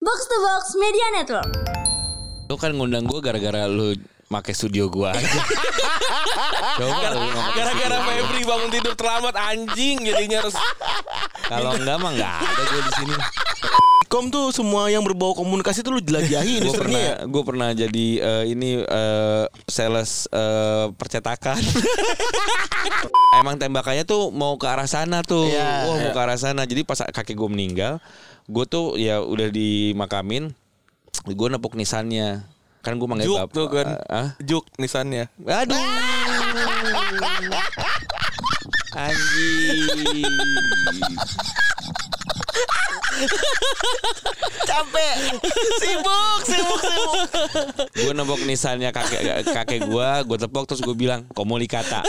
Box to Box Media Network. Lu kan ngundang gue gara-gara lu make studio gua aja. Coba lu nggak pakai Gara-gara studio. Febri bangun tidur terlambat anjing jadinya harus Kalau enggak mah enggak ada gue di sini. Kom tuh semua yang berbau komunikasi tuh lu jelajahi Gue industrinya pernah iya. ya. gue pernah jadi eh, ini eh, sales eh, percetakan. Emang tembakannya tuh mau ke arah sana tuh. Iya. Wah, mau Iya. ke arah sana. Jadi pas kakek gue meninggal, gue tuh ya udah dimakamin. Gue nepuk nisannya. Kan gue manggil juk bapak. tuh kan. Ah? Juk nisannya. Aduh. Anjing. Capek. Sibuk, sibuk, sibuk. Gue nembok nisannya kakek kakek gue, gue tepok terus gue bilang komunikata.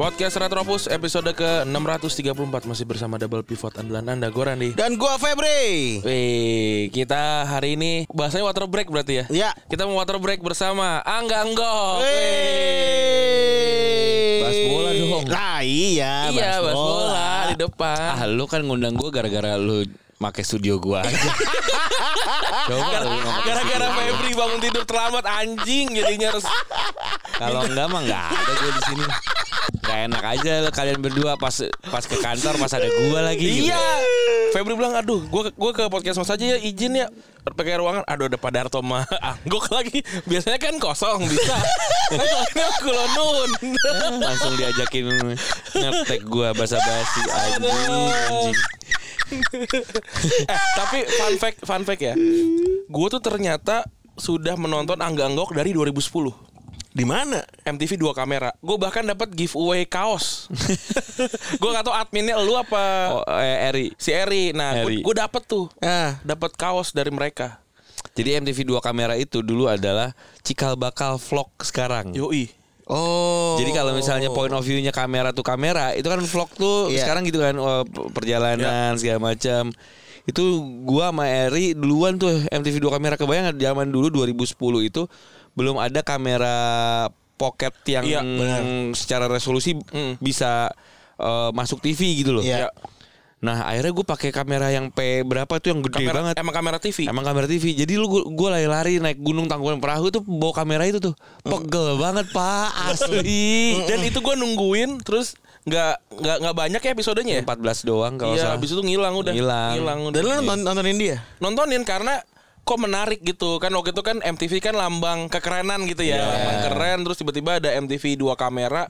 Podcast Retropus episode ke-634 masih bersama Double Pivot andalan Anda gue Randi. Dan gua Febri. Wih, kita hari ini bahasanya water break berarti ya? Ya. Kita mau water break bersama Angga Enggok. Wey. Bahas bola dong. Lah iya, Iya, bahas bola di depan. Oh. Ah lu kan ngundang gue gara-gara lu make studio gue aja. Coba lu gitu. nggak pakai Gara-gara studio. Febri bangun tidur terlambat anjing jadinya harus Kalau enggak mah enggak ada gue di sini. Gak enak aja lu kalian berdua pas pas ke kantor pas ada gue lagi. gitu. Iya. Febri bilang, aduh, gue gua ke podcast mas aja ya, izin ya. Pakai ruangan, aduh ada Pak Darto mah angguk lagi. Biasanya kan kosong bisa. Kan soalnya kulonun. Langsung diajakin ngetek gue basa-basi anjing. anjing. eh, tapi fun fact, fun fact ya. Gue tuh ternyata sudah menonton Angga Anggok dari 2010. Di mana? MTV dua kamera. Gue bahkan dapat giveaway kaos. gue gak tau adminnya lu apa Oh, eh, Eri. si Eri. Nah, Eri. gue dapet tuh. Ah. Dapet kaos dari mereka. Jadi MTV dua kamera itu dulu adalah cikal bakal vlog sekarang. Yoi. Oh. Jadi kalau misalnya point of view-nya kamera tuh kamera, itu kan vlog tuh Iya. sekarang gitu kan wah, p- perjalanan segala macam. Itu gua sama Eri duluan tuh MTV dua kamera kebayang nggak zaman dulu 2010 itu belum ada kamera pocket yang Iya, benar. secara resolusi Mm. bisa eh, masuk TV gitu loh. Iya. Nah, akhirnya gue pakai kamera yang P berapa tuh yang gede Kamera, banget. emang kamera TV. Emang kamera TV. Jadi lu gua- gua lari-lari naik gunung tangkuban perahu tuh bawa kamera itu tuh. Pegel banget, Pak. Asli. Dan itu gue nungguin terus nggak nggak nggak banyak ya episodenya. ya? 14 doang kalau Iya, salah. habis itu ngilang udah. Ngilang. udah. Iya. Dan lu nonton, nontonin dia? nontonin karena kok menarik gitu kan waktu itu kan MTV kan lambang kekerenan gitu Iya. ya, lambang keren terus tiba-tiba ada MTV dua kamera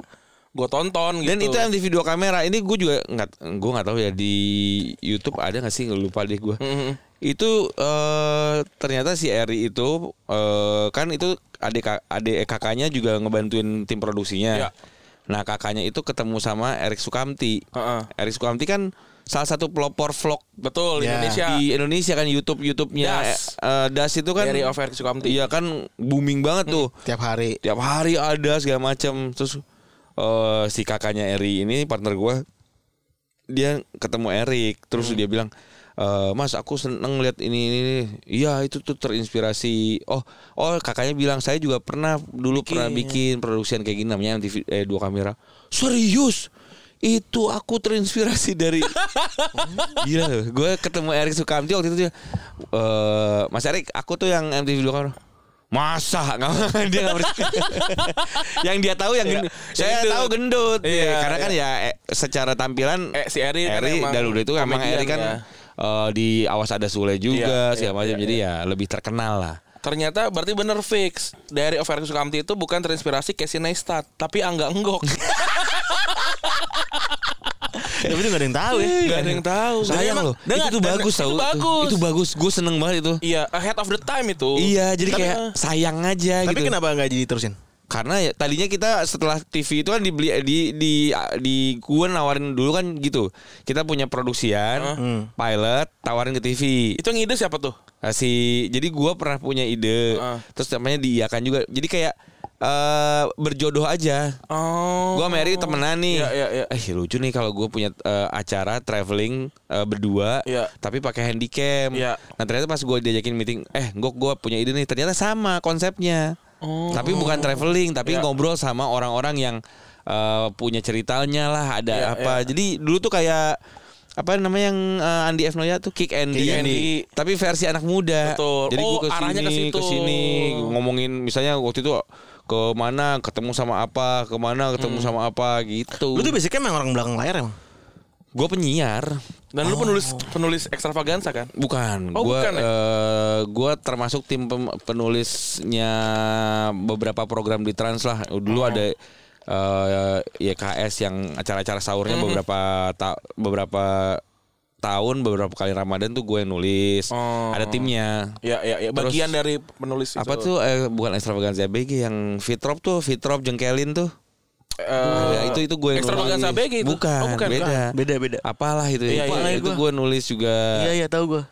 gue tonton gitu. Dan itu MTV dua kamera. Ini gue juga nggak gua nggak tahu ya di YouTube ada nggak sih lupa deh gua. Mm-hmm. Itu eh, ternyata si Eri itu eh, kan itu adik ka- adik kakaknya juga ngebantuin tim produksinya. Iya. Nah, kakaknya itu ketemu sama Erik Sukamti. Heeh. Erik Sukamti kan salah satu pelopor vlog betul Ya. Indonesia di Indonesia kan YouTube YouTube-nya Das. eh, eh, Das itu kan Diary of Eric Sukamti. Iya kan booming banget tuh. Hmm, Tiap hari. Tiap hari ada segala macam. Terus eh, si kakaknya Eri ini partner gua dia ketemu Erik terus Hmm. dia bilang "Eh, Mas aku seneng lihat ini ini ini." iya itu tuh terinspirasi oh oh kakaknya bilang saya juga pernah dulu pernah ya. bikin produksian kayak gini namanya MTV eh, dua kamera serius itu aku terinspirasi dari Oh, gila loh gue ketemu Erik Sukamti waktu itu dia "Eh, Mas Erik aku tuh yang MTV dua kamera masa nggak dia nggak percaya. yang dia tahu yang gendut. saya Iya. gendut. tahu gendut Iya, Iya, karena kan ya eh, secara tampilan Eh, si Eri kan Eri emang dan udah itu emang komedian Eri kan ya. eh, di awas ada Sule juga Iya, segala macam jadi ya lebih terkenal lah. ternyata berarti bener fix Diary of Eric Sukamti itu bukan terinspirasi Casey Neistat tapi Angga Enggok Tapi itu gak ada yang tahu ya. Iya. Gak ada yang tahu Sayang Dan loh. emang- Itu tuh dan- bagus itu tau. bagus. Itu bagus. Gue seneng banget itu. iya ahead of the time itu Kan, eh, Iya, jadi Tapi- kayak sayang aja Tapi gitu. kenapa gak jadi terusin? Karena ya, tadinya kita setelah TV itu kan dibeli di di di gua nawarin dulu kan gitu. Kita punya produksian, pilot, tawarin ke TV. itu yang ide siapa tuh Nah, si jadi gua pernah punya ide Heeh. terus namanya diiakan juga jadi kayak eh berjodoh aja oh gua Mary temenan nih Iya, iya, iya. eh lucu nih kalau gua punya eh, acara traveling eh, berdua Iya. tapi pakai handycam Iya. nah ternyata pas gua diajakin meeting eh gua gua punya ide nih ternyata sama konsepnya Tapi bukan traveling, tapi Oh. Iya. ngobrol sama orang-orang yang eh, punya ceritanya lah, ada Iya, apa. iya. Jadi dulu tuh kayak apa namanya yang eh, Andi F Noya tuh Kick Andy, Kick Andy. tapi versi anak muda. Betul. Jadi Oh, gue arahnya ke kesini, situ. kesini ngomongin misalnya waktu itu ke mana ketemu sama apa, kemana Hmm. ketemu sama apa gitu. Lu tuh basicnya emang orang belakang layar emang. Gue penyiar, Dan lu penulis penulis ekstravaganza kan? bukan. Oh, gue bukan ya? gua termasuk tim pem- penulisnya beberapa program di Trans lah. Dulu Hmm. ada eh, YKS yang acara-acara sahurnya Hmm. beberapa ta- beberapa tahun beberapa kali Ramadan tuh gue yang nulis. Oh. Ada timnya. Ya ya ya Terus- bagian dari penulis Apa tuh eh, bukan ekstravaganza BG yang Fitrop tuh, Fitrop jengkelin tuh. Ya, itu itu gue yang Extravaganza nulis. BG itu? Bukan, Oh, bukan. beda. Beda beda. Apalah itu ya. Iya, iya, iya, itu gua. gue nulis juga. Iya iya tahu gua.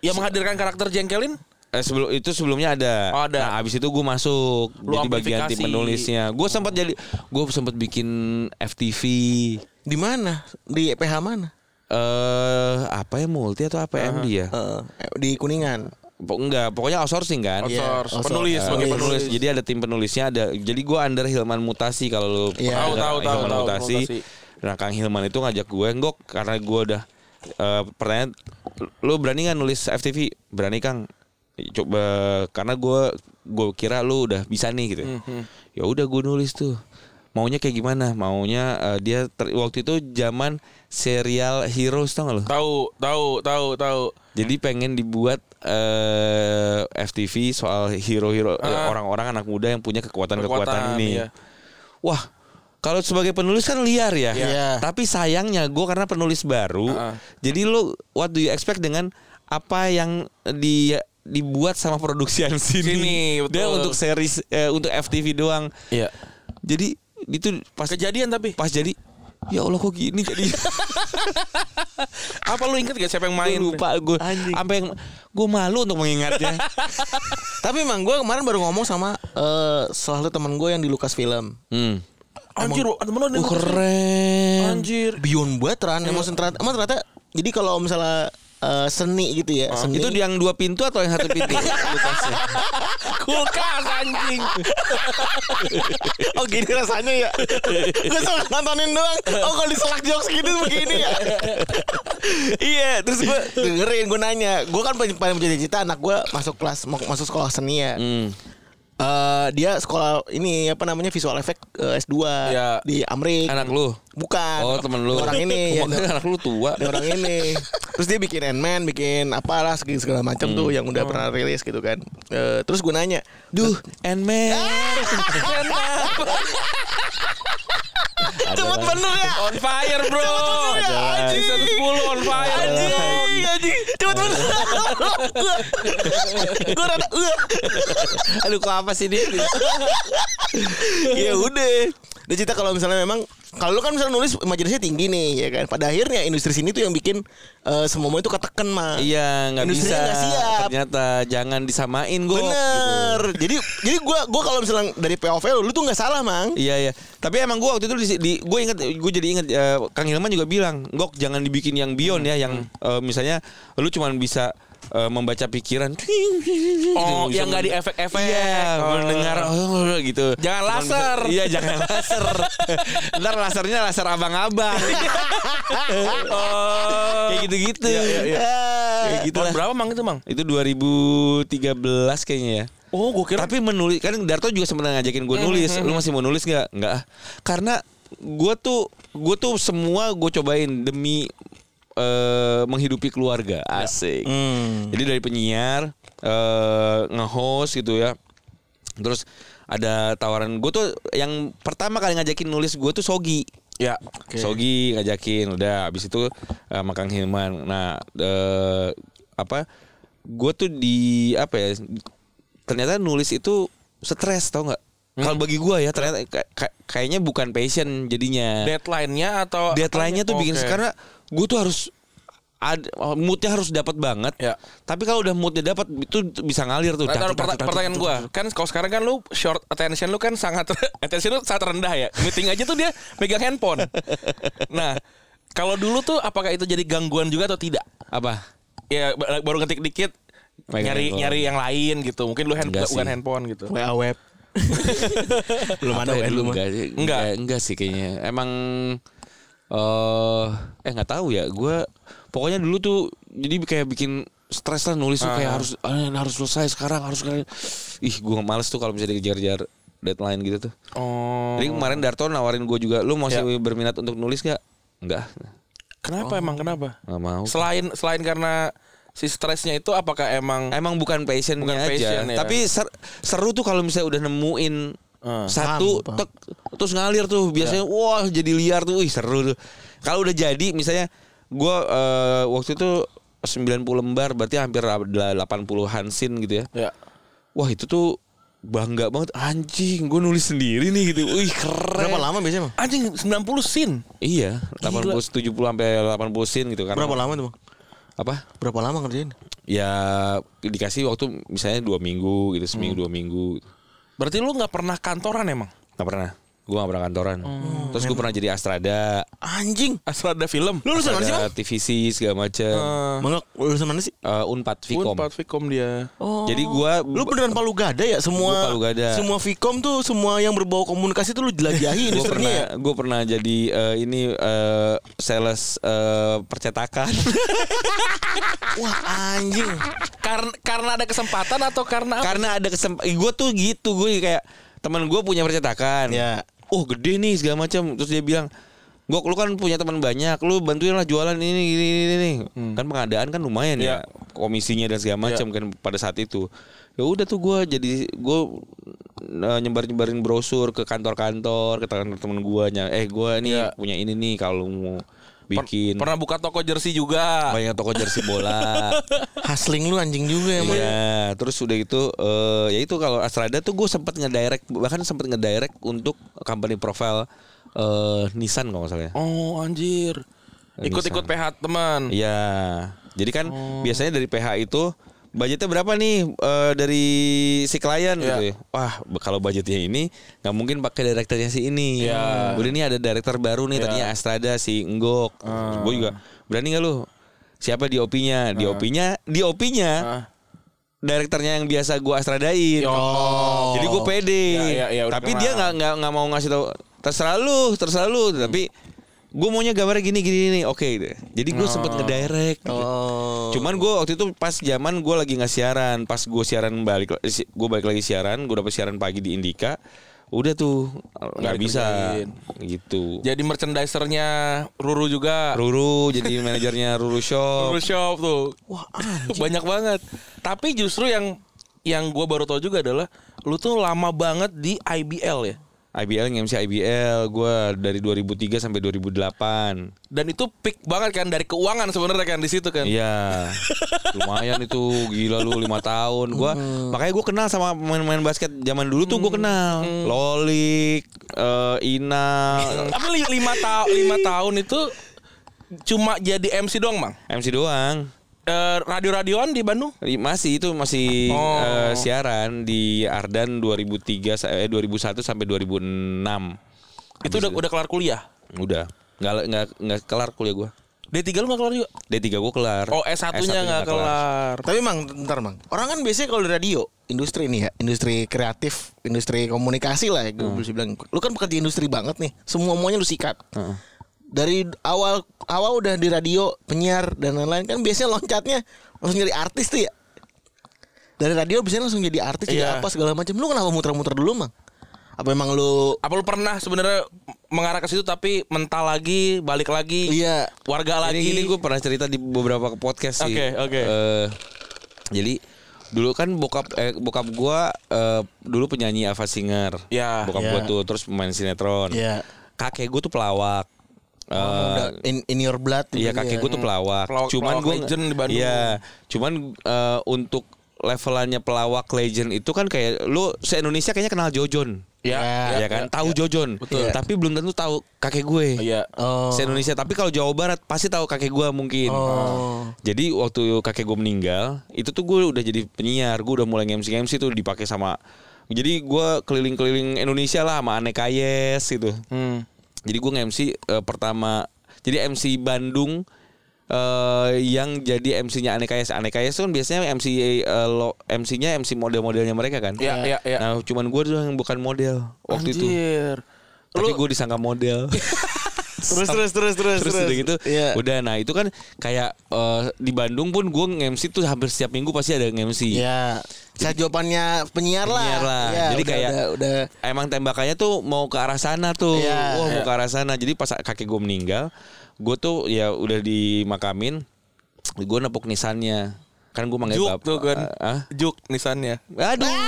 yang Ya, menghadirkan karakter jengkelin? Eh sebelum itu sebelumnya ada. Oh, ada. Nah, abis itu gue masuk Lu jadi bagian amplifikasi. tim penulisnya. Gue sempat jadi gue sempat bikin FTV Di mana? Di PH mana? eh apa ya multi atau apa MD ya? Eh, di Kuningan. Po- enggak, pokoknya outsourcing kan. Iya, Outsource, outsource. penulis Eh, sebagai iya. penulis. Penulis. Jadi ada tim penulisnya ada. Jadi gue under Hilman Mutasi kalau lu pernah Iya. Tahu, dengar tahu, tahu, Hilman tahu, Mutasi. Mutasi. Nah Kang Hilman itu ngajak gue enggok karena gue udah eh, pertanyaan lu berani nggak nulis FTV? Berani Kang. Coba karena gue gue kira lu udah bisa nih gitu. Mhm. Ya udah gue nulis tuh. Maunya kayak gimana? Maunya eh, dia ter- waktu itu zaman serial Heroes tau gak lu? Tahu tahu tahu tahu. Jadi Hmm. pengen dibuat eh FTV soal hero-hero eh, Ah. orang-orang anak muda yang punya kekuatan-kekuatan Kekuatan, ini. iya. Wah, kalau sebagai penulis kan liar ya. Iya. Tapi sayangnya gue karena penulis baru, Ah. jadi lo what do you expect dengan apa yang di dibuat sama produksian sini? Sini, betul. Dia untuk series eh, untuk FTV doang. Iya. Jadi itu pas Kejadian tapi pas jadi ya Allah kok gini jadi apa lu inget gak siapa yang main main? lupa gue Anjing. sampai yang gue malu untuk mengingatnya Tapi emang gua kemarin baru ngomong sama eh salah satu teman gua yang di Lukas Film. Hmm. Anjir, temen lu ada yang- keren. Anjir. Beyond buat Ran. Emang ternyata, emang ternyata jadi kalau misalnya eh, seni gitu ya, seni Itu yang dua pintu atau yang satu pintu? Kulkasnya. Kulkas anjing. Oh gini rasanya ya Gue suka nontonin doang Oh kalau diselak jokes gitu begini ya Iya terus gue dengerin gue nanya Gue kan paling, paling punya cita anak gue masuk kelas mau masuk sekolah seni ya Hmm. Eh, Dia sekolah ini apa namanya visual effect eh, S2 Iya. Di Amrik Anak lu. Bukan Oh temen lu. Orang ini ya, Makanya anak lu tua. ada orang ini terus dia bikin Ant-Man bikin apalah segala segala Hmm. macam tuh yang udah pernah rilis gitu kan Eh, terus gue nanya Duh, and man. Ah! cepet bener ya On fire, bro. Season 10 on fire. bro. Anjing, anjing. Cepet bener. Gue rada uh. "Uah." Aduh, kok apa sih dia? Ya udah. Dia cerita kalau misalnya memang kalau lu kan misalnya nulis imajinasinya tinggi nih ya kan. Pada akhirnya industri sini tuh yang bikin eh, semua itu ketekan mah. Iya, nggak bisa. Industrinya nggak siap. Ternyata jangan disamain Gitu. gue. Bener. Jadi jadi gua gua kalau misalnya dari POV lu tuh nggak salah, Mang. Iya iya. Tapi emang gue waktu itu di, di- gue inget gue jadi inget eh, Kang Hilman juga bilang, "Gok, jangan dibikin yang beyond ya yang eh, misalnya lu cuman bisa eh, membaca pikiran." Oh, Bisa yang nggak di efek-efek. Iya, Oh. mendengar oh, gitu. Jangan Cuman laser. bisa- iya, jangan laser. Ntar lasernya laser abang-abang. Iya. Oh. Kayak gitu-gitu. Kayak gitu iya. Tahun lah. berapa mang itu mang? Itu 2013 kayaknya ya. Oh, gue kira Tapi menulis kan Darto juga sempat ngajakin Mm-hmm. gue nulis. Lu masih mau nulis nggak? Nggak. ah. Karena gue tuh gue tuh semua gue cobain demi eh, menghidupi keluarga. Iya. Asik. Mm. Hmm. Jadi dari penyiar eh nge-host gitu ya. Terus ada tawaran gue tuh yang pertama kali ngajakin nulis gue tuh Sogi. ya. Sogi ngajakin udah habis itu eh, sama Kang Hilman. Nah, eh, apa gue tuh di apa ya ternyata nulis itu stres tau nggak? Kalau bagi gue ya ternyata ka- ka- kayaknya bukan passion jadinya. Deadline-nya atau Deadline-nya tuh bikin Oke. karena gue tuh harus ad, moodnya harus dapat banget. Ya. Tapi kalau udah moodnya dapat itu bisa ngalir tuh. Nah, taruh, Datuk, datuk, perta- datuk, pertanyaan datuk, gue kan kalau sekarang kan lu short attention lu kan sangat attention lu sangat rendah ya meeting aja tuh dia megang handphone nah kalau dulu tuh apakah itu jadi gangguan juga atau tidak datuk. Apa? ya ba- baru ngetik dikit Megang nyari handphone. nyari yang lain gitu mungkin lu hand, Enggak sih. bukan handphone gitu WA web. E Belum ada Apa ya UN dulu lu mah. enggak, enggak Enggak. enggak sih kayaknya emang eh eh nggak tahu ya gue pokoknya dulu tuh jadi kayak bikin stres lah nulis tuh kayak Ah. harus "Ah, harus selesai sekarang harus sekarang." ih gue males tuh kalau misalnya dikejar-kejar deadline gitu tuh Oh. jadi kemarin Darto nawarin gue juga lu masih Ya. berminat untuk nulis nggak nggak Kenapa Oh. emang kenapa? nggak mau Selain selain karena si stresnya itu apakah emang emang bukan passionnya Bukan aja passion, ya. tapi ser- seru tuh kalau misalnya udah nemuin Ah. Ya. satu Paham, paham. tek, terus ngalir tuh biasanya wah jadi liar tuh wih seru tuh kalau udah jadi misalnya gua eh, waktu itu 90 lembar berarti hampir ada 80-an scene gitu ya ya wah itu tuh bangga banget anjing gue nulis sendiri nih gitu wih keren Berapa lama biasanya, Bang? anjing 90 sin. iya 80 70 sampai 80 scene gitu kan Berapa lama tuh, Bang? apa Berapa lama ngerjain? ya dikasih waktu misalnya dua minggu gitu seminggu Hmm. dua minggu Berarti lu nggak pernah kantoran emang? nggak pernah gue nggak pernah kantoran terus gue pernah jadi astrada Anjing. Asrada film. Lu lulusan mana sih, Bang? Eh. ada TVC segala macam Mangga lulusan mana sih? Eh, unpad Vkom Unpad Vicom dia. jadi gue Lu beneran Palu Gada ya semua Gua Palu Gada. semua Vkom tuh semua yang berbau komunikasi tuh lu jelajahi gue industrinya ya. pernah gue pernah jadi eh, ini eh, sales eh, percetakan Wah, anjing. Karena karena ada kesempatan atau karena apa? karena ada kesempatan gue tuh gitu gue kayak teman gue punya percetakan Ya. oh gede nih segala macam terus dia bilang Gok lu kan punya teman banyak, lu bantuin lah jualan ini ini ini, ini. Kan pengadaan kan lumayan Hmm. Ya. ya komisinya dan segala macam kan pada saat itu. Ya udah tuh gua jadi gua eh, nyebar-nyebarin brosur ke kantor-kantor, ke teman-teman gua nya. Eh gua nih punya ini nih kalau mau Ya. Per- bikin pernah buka toko jersey juga. banyak toko jersey bola. Hustling lu anjing juga emang. Iya, terus udah gitu eh ya itu kalau Astrada tuh gue sempat ngedirect bahkan sempat ngedirect untuk company profile eh Nissan kalau nggak salah. ya. Oh anjir. Ikut-ikut PH teman. Iya. Jadi kan Oh. biasanya dari PH itu budgetnya berapa nih eh, dari si Iya. klien gitu ya. Wah, be- kalau budgetnya ini nggak mungkin pakai direkturnya si ini. Iya. Kemudian ini ada direktur baru nih tadinya Astrada si Enggok. Ah. Gue juga berani nggak lu? Siapa DOP-nya? DOP-nya, DOP-nya. Ah. Direkturnya yang biasa gua astradain. Oh. Jadi gue pede. Ya, ya, ya, udah tapi kenal. dia nggak nggak nggak mau ngasih tahu. Terserah lu, terserah lu. Tapi gue maunya gambarnya gini gini nih. Oke. gitu. Jadi gue sempet ngedirect. gitu. Oh. Cuman gue waktu itu pas zaman gue lagi nggak siaran. Pas gue siaran balik, gue balik lagi siaran. Gue dapet siaran pagi di Indika. Udah tuh nggak bisa dikerjain. gitu. Jadi merchandisernya Ruru juga. Ruru jadi manajernya Ruru Shop. Ruru Shop tuh. Wah, banyak banget. Tapi justru yang yang gue baru tahu juga adalah lu tuh lama banget di IBL ya. IBL MC IBL gue dari 2003 sampai 2008. Dan itu peak banget kan dari keuangan sebenarnya kan di situ kan. Iya. Lumayan itu gila lu lima tahun. Gua makanya gua kenal sama pemain-pemain basket zaman dulu tuh gua kenal. Lolik, eh, Ina, Tapi li- lima tahun lima tahun itu cuma jadi MC doang, Mang. MC doang. Eh, radio-radioan di Bandung. I- Masih itu masih Oh. eh, siaran di Ardan 2003 sa- eh 2001 sampai 2006. Itu udah udah kelar kuliah. Udah. Nggak nggak nggak kelar kuliah gua. D3 lu gak kelar juga. D3 gua kelar. Oh, S1-nya nggak gak kelar. Tapi Mang, bentar Mang. Orang kan biasanya kalau di radio, industri nih ya, industri kreatif, industri komunikasi lah ya, gue Hmm. bisa bilang. Lu kan pekerja industri banget nih, semua semuanya lu sikat. Hmm. Dari awal awal udah di radio, penyiar dan lain-lain kan biasanya loncatnya langsung jadi artis tuh ya. Dari radio biasanya langsung jadi artis, Iya. jadi apa segala macam. Lu kenapa muter-muter dulu, Mang? Apa emang lu Apa lu pernah sebenarnya mengarah ke situ tapi mental lagi, balik lagi, Iya. warga lagi. Ini, ini gue pernah cerita di beberapa podcast sih. Oke, oke. Eh, jadi dulu kan bokap eh, bokap gue eh, dulu penyanyi Ava Singer. Ya. Bokap Ya. gue tuh terus pemain sinetron. Ya. Oh, Kakek gue tuh pelawak. Eh, udah in, in your blood Iya gitu kakek gue tuh pelawak. Pelawak- cuman pelawak gue legend di Bandung. Iya, cuman eh, untuk levelannya pelawak legend itu kan kayak lu se Indonesia kayaknya kenal Jojon. Ya, Ya, kan, tahu Jojon. Tapi belum tentu tahu kakek gue. Iya. Oh. Se Indonesia. Tapi kalau Jawa Barat pasti tahu kakek gue mungkin. Oh. Jadi waktu kakek gue meninggal, itu tuh gue udah jadi penyiar, gue udah mulai MC MC tuh dipakai sama. Jadi gue keliling-keliling Indonesia lah sama aneka yes gitu. Hmm. Jadi gue nge-MC eh, pertama. Jadi MC Bandung eh, yang jadi MC-nya Aneka Yes. Aneka Yes kan biasanya MC eh, lo, MC-nya MC model-modelnya mereka kan. Iya, iya, iya. Nah, cuman gue doang yang bukan model waktu itu. Anjir. Tapi gue disangka model. Terus terus terus terus Terus udah gitu, Iya. udah. Nah itu kan kayak eh, di Bandung pun gue nge-MC tuh hampir setiap minggu pasti ada nge-MC. Ya, saya jawabannya penyiar lah. Penyiar lah. Ya, Jadi udah, kayak- udah, udah. Emang tembakannya tuh mau ke arah sana tuh, Iya. wah mau ke arah sana. Jadi pas kakek gue meninggal, gue tuh ya udah dimakamin, gue nepuk nisannya. Kan gue manggil Juk bapak. tuh kan. Ah? Juk nisannya. Aduh.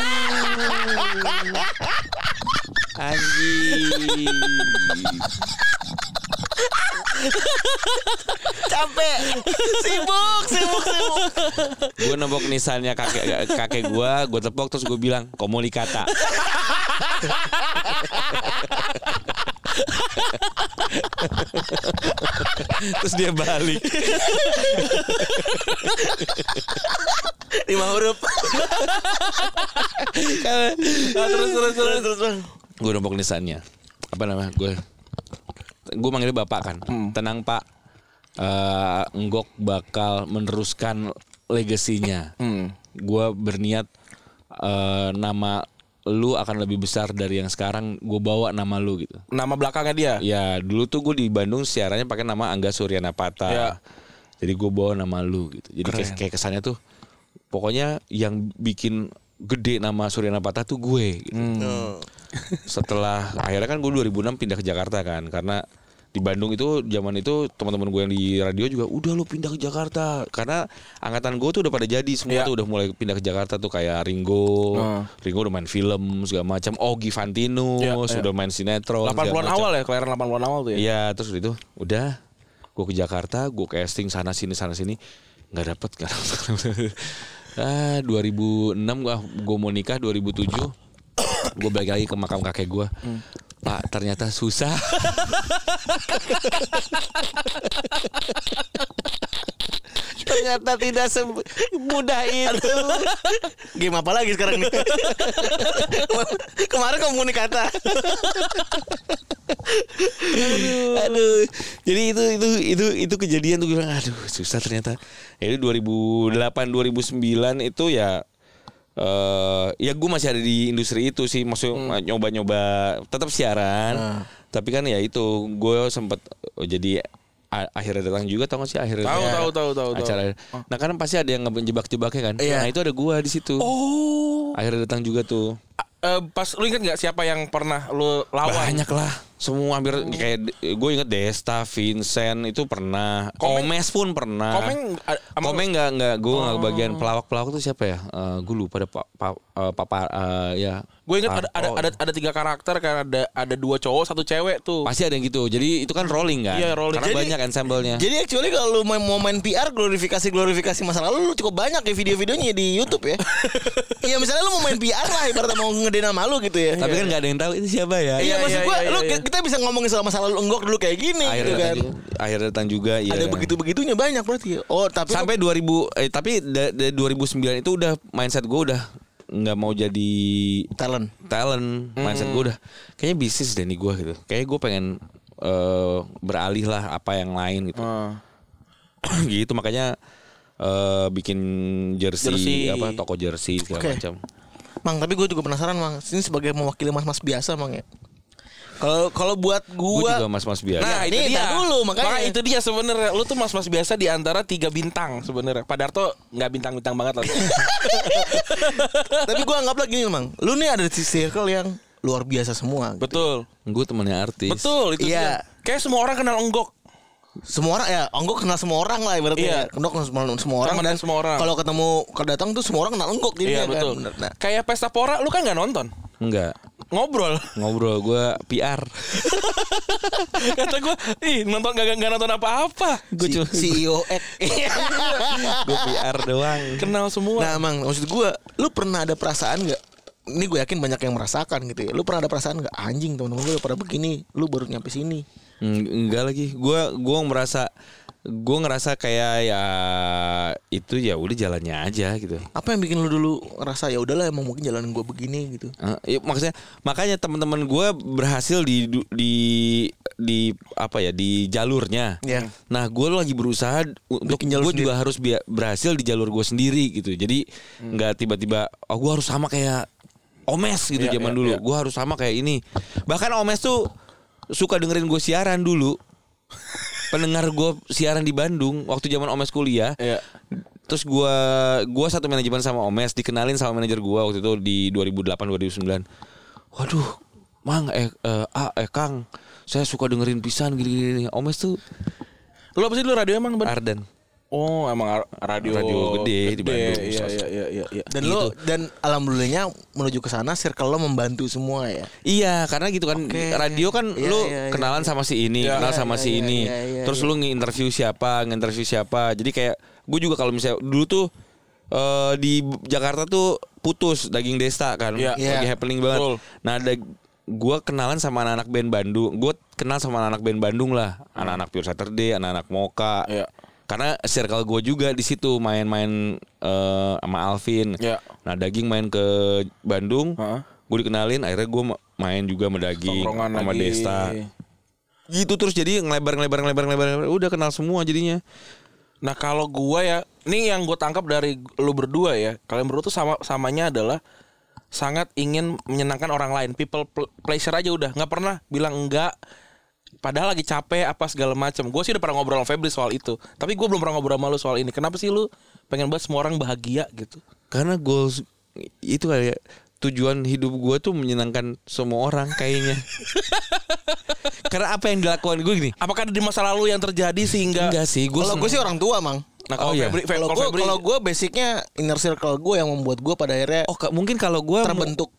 Anjing. capek, sibuk, sibuk, sibuk. Gue nembok nisannya kakek kakek gue, gue tepok terus gue bilang komunikata. terus dia balik. Lima huruf. Nah, terus terus terus. terus bang. Gue nembok nisannya. Apa namanya? Gue gue manggilnya bapak kan. Tenang pak. Eh, Enggok bakal meneruskan legasinya. Gue berniat eh, nama lu akan lebih besar dari yang sekarang. Gue bawa nama lu gitu. Nama belakangnya dia. Ya dulu tuh gue di Bandung siarannya pakai nama Angga Suryanapata. Ya. Jadi gue bawa nama lu gitu. Jadi kayak, kayak kesannya tuh pokoknya yang bikin gede nama Suryanapata tuh gue. Gitu. Hmm. Setelah akhirnya kan gue 2006 pindah ke Jakarta kan karena di Bandung itu zaman itu teman-teman gue yang di radio juga udah lu pindah ke Jakarta karena angkatan gue tuh udah pada jadi semua Ya. tuh udah mulai pindah ke Jakarta tuh kayak Ringo, Hmm. Ringo udah main film segala macam, Ogi Fantino Ya, ya. sudah main sinetron, segala 80-an macam. awal ya, kelahiran 80-an awal tuh ya. Oh, Iya terus itu udah gue ke Jakarta gue casting sana sini sana sini nggak dapet nggak dapet ah 2006 gue gue mau nikah 2007 gue balik lagi ke makam kakek gue Hmm. pak ternyata susah Ternyata tidak semudah itu. Game apa lagi sekarang nih? Kemarin kamu kata. aduh jadi itu itu itu itu kejadian tuh gue bilang aduh susah ternyata Ya jadi 2008 2009 itu ya eh ya gue masih ada di industri itu sih maksudnya nyoba-nyoba tetap siaran tapi kan ya itu gue sempet oh, jadi a- akhirnya datang juga tau gak sih akhirnya Tahu, datang tahu, tahu, tahu, tahu. acara nah kan pasti ada yang ngejebak-jebaknya kan Iya. nah itu ada gue di situ Oh. akhirnya datang juga tuh Eh, pas lu inget nggak siapa yang pernah lu lawan? banyak lah semua hampir Hmm. kayak gue inget Desta, Vincent itu pernah, Komeng- Komes pun pernah. Komeng, a- Oh. ama- Komeng nggak nggak gue nggak bagian pelawak pelawak tuh siapa ya? Eh, gue lupa ada pak pa, eh, papa eh, ya. Gue inget ada, ada Parto. ada ada tiga karakter kan ada ada dua cowok satu cewek tuh. pasti ada yang gitu. Jadi itu kan rolling kan? Iya, rolling. Karena Jadi- banyak ensemble-nya. Jadi actually kalau lu mau mau main PR glorifikasi glorifikasi masa lalu lu cukup banyak ya video-videonya di YouTube ya. Iya misalnya lu mau main PR lah ibaratnya mau ngedein nama lu gitu ya. Tapi kan nggak ada yang tahu itu siapa ya? Iya, Iya, maksud iya, gua iya, lu iya. kita bisa ngomongin soal masa lalu enggok dulu kayak gini Akhirnya gitu kan. datang, juga- akhirnya datang juga. Iya. Ada begitu-begitunya banyak berarti. ya. Oh, tapi Sampai 2000 eh tapi da- dari 2009 itu udah mindset gue udah nggak mau jadi talent. talent mindset Hmm. gue udah kayaknya bisnis deh nih gue gitu kayaknya gue pengen eh, beralih lah apa yang lain gitu Ah. Hmm. gitu makanya eh, bikin jersey, Jersey. apa toko jersey segala Oke. macam Mang, tapi gue juga penasaran, Mang. Ini sebagai mewakili mas-mas biasa, Mang ya. Kalau kalau buat gue gua juga mas mas biasa Nah, itu Nih, dia. tar dulu, makanya. itu dia sebenarnya. Lu tuh mas-mas biasa di antara tiga bintang sebenarnya. Padarto nggak bintang-bintang banget lah. tapi gua anggaplah gini, Mang. Lu nih ada di circle yang luar biasa semua. gitu. Betul. gue temennya artis Betul itu dia. Iya. Kayak semua orang kenal Enggok. Semua orang ya, Onggok kenal semua orang lah ibaratnya. Iya. Kenal kenal semua, semua orang. Sama dengan semua orang. Kalau ketemu kalau datang tuh semua orang kenal Onggok gitu Iya, ya kan. betul. Bener. Nah, Kayak pesta pora lu kan nggak nonton. enggak Ngobrol. ngobrol gue PR Kata gue, ih nonton gak, gak nonton apa-apa. gue si- cuma CEO X. eh, gue PR doang Kenal semua. nah, Mang, maksud gua, lu pernah ada perasaan nggak? Ini gue yakin banyak yang merasakan gitu ya. Lu pernah ada perasaan nggak Hmm, anjing teman-teman gue pada begini, lu baru nyampe sini. Mm, enggak lagi gue gue merasa gue ngerasa kayak ya itu ya udah jalannya aja gitu. Apa yang bikin lu dulu ngerasa ya udahlah emang mungkin jalan gua begini gitu. Eh, ya, maksudnya makanya teman-teman gue berhasil di du- di di apa ya di jalurnya. Iya. Nah gue lagi berusaha untuk Bikin jalur gue juga harus bia- berhasil di jalur gue sendiri gitu. Jadi nggak tiba-tiba oh gue harus sama kayak Omes gitu Iya, zaman iya, dulu. iya. Gue harus sama kayak ini. Bahkan Omes tuh suka dengerin gue siaran dulu. Pendengar gue siaran di Bandung waktu zaman Omes kuliah. Iya. Terus gua gua satu manajemen sama Omes, dikenalin sama manajer gua waktu itu di 2008 2009. Waduh, Mang eh, eh ah, eh Kang, saya suka dengerin pisan gini-gini. Omes tuh Lu apa sih dulu radio emang? Bar? Arden. Oh, emang ar- radio Radio gede di Bandung. Iya, iya, iya, iya, iya. Dan lu dan alhamdulillahnya menuju ke sana circle lo membantu semua ya. Iya, karena gitu kan Oke, radio oke. kan Iya, lu iya, iya, kenalan sama si ini, Iya. kenal Iya, sama iya, si iya, ini. iya, iya, Terus iya. lu nginterview siapa, nginterview siapa. Jadi kayak gue juga kalau misalnya dulu tuh eh, di Jakarta tuh putus daging desta kan, Iya. lagi Iya. happening banget. Betul. Nah, ada gue kenalan sama anak-anak band Bandung. Gue kenal sama anak-anak band Bandung lah, anak-anak Pure Saturday, anak-anak Moka. Iya. Karena circle gue juga di situ main-main eh, sama Alvin. Iya. Nah daging main ke Bandung, Heeh. gue dikenalin, akhirnya gue main juga sama daging Tongkrongan sama lagi. Desta. Gitu terus jadi ngelebar ngelebar ngelebar ngelebar, ngelebar. udah kenal semua jadinya. Nah kalau gua ya, nih yang gue tangkap dari lu berdua ya, kalian berdua tuh sama samanya adalah sangat ingin menyenangkan orang lain, people pl- pleasure aja udah, nggak pernah bilang enggak. Padahal lagi capek apa segala macam. Gue sih udah pernah ngobrol sama Febri soal itu, tapi gue belum pernah ngobrol sama lu soal ini. Kenapa sih lu pengen banget semua orang bahagia gitu? Karena goals itu kayak tujuan hidup gue tuh menyenangkan semua orang kayaknya. Karena apa yang dilakukan gue gini? Apakah ada di masa lalu yang terjadi sehingga? Enggak sih, gue Kalau gue sih orang tua, Mang. Nah kalau Oh, iya. Febri, Fe- Kalau kalau gue Febri, kalau gue basicnya inner circle gue yang membuat gue pada akhirnya Oh, ka- mungkin kalau gue terbentuk.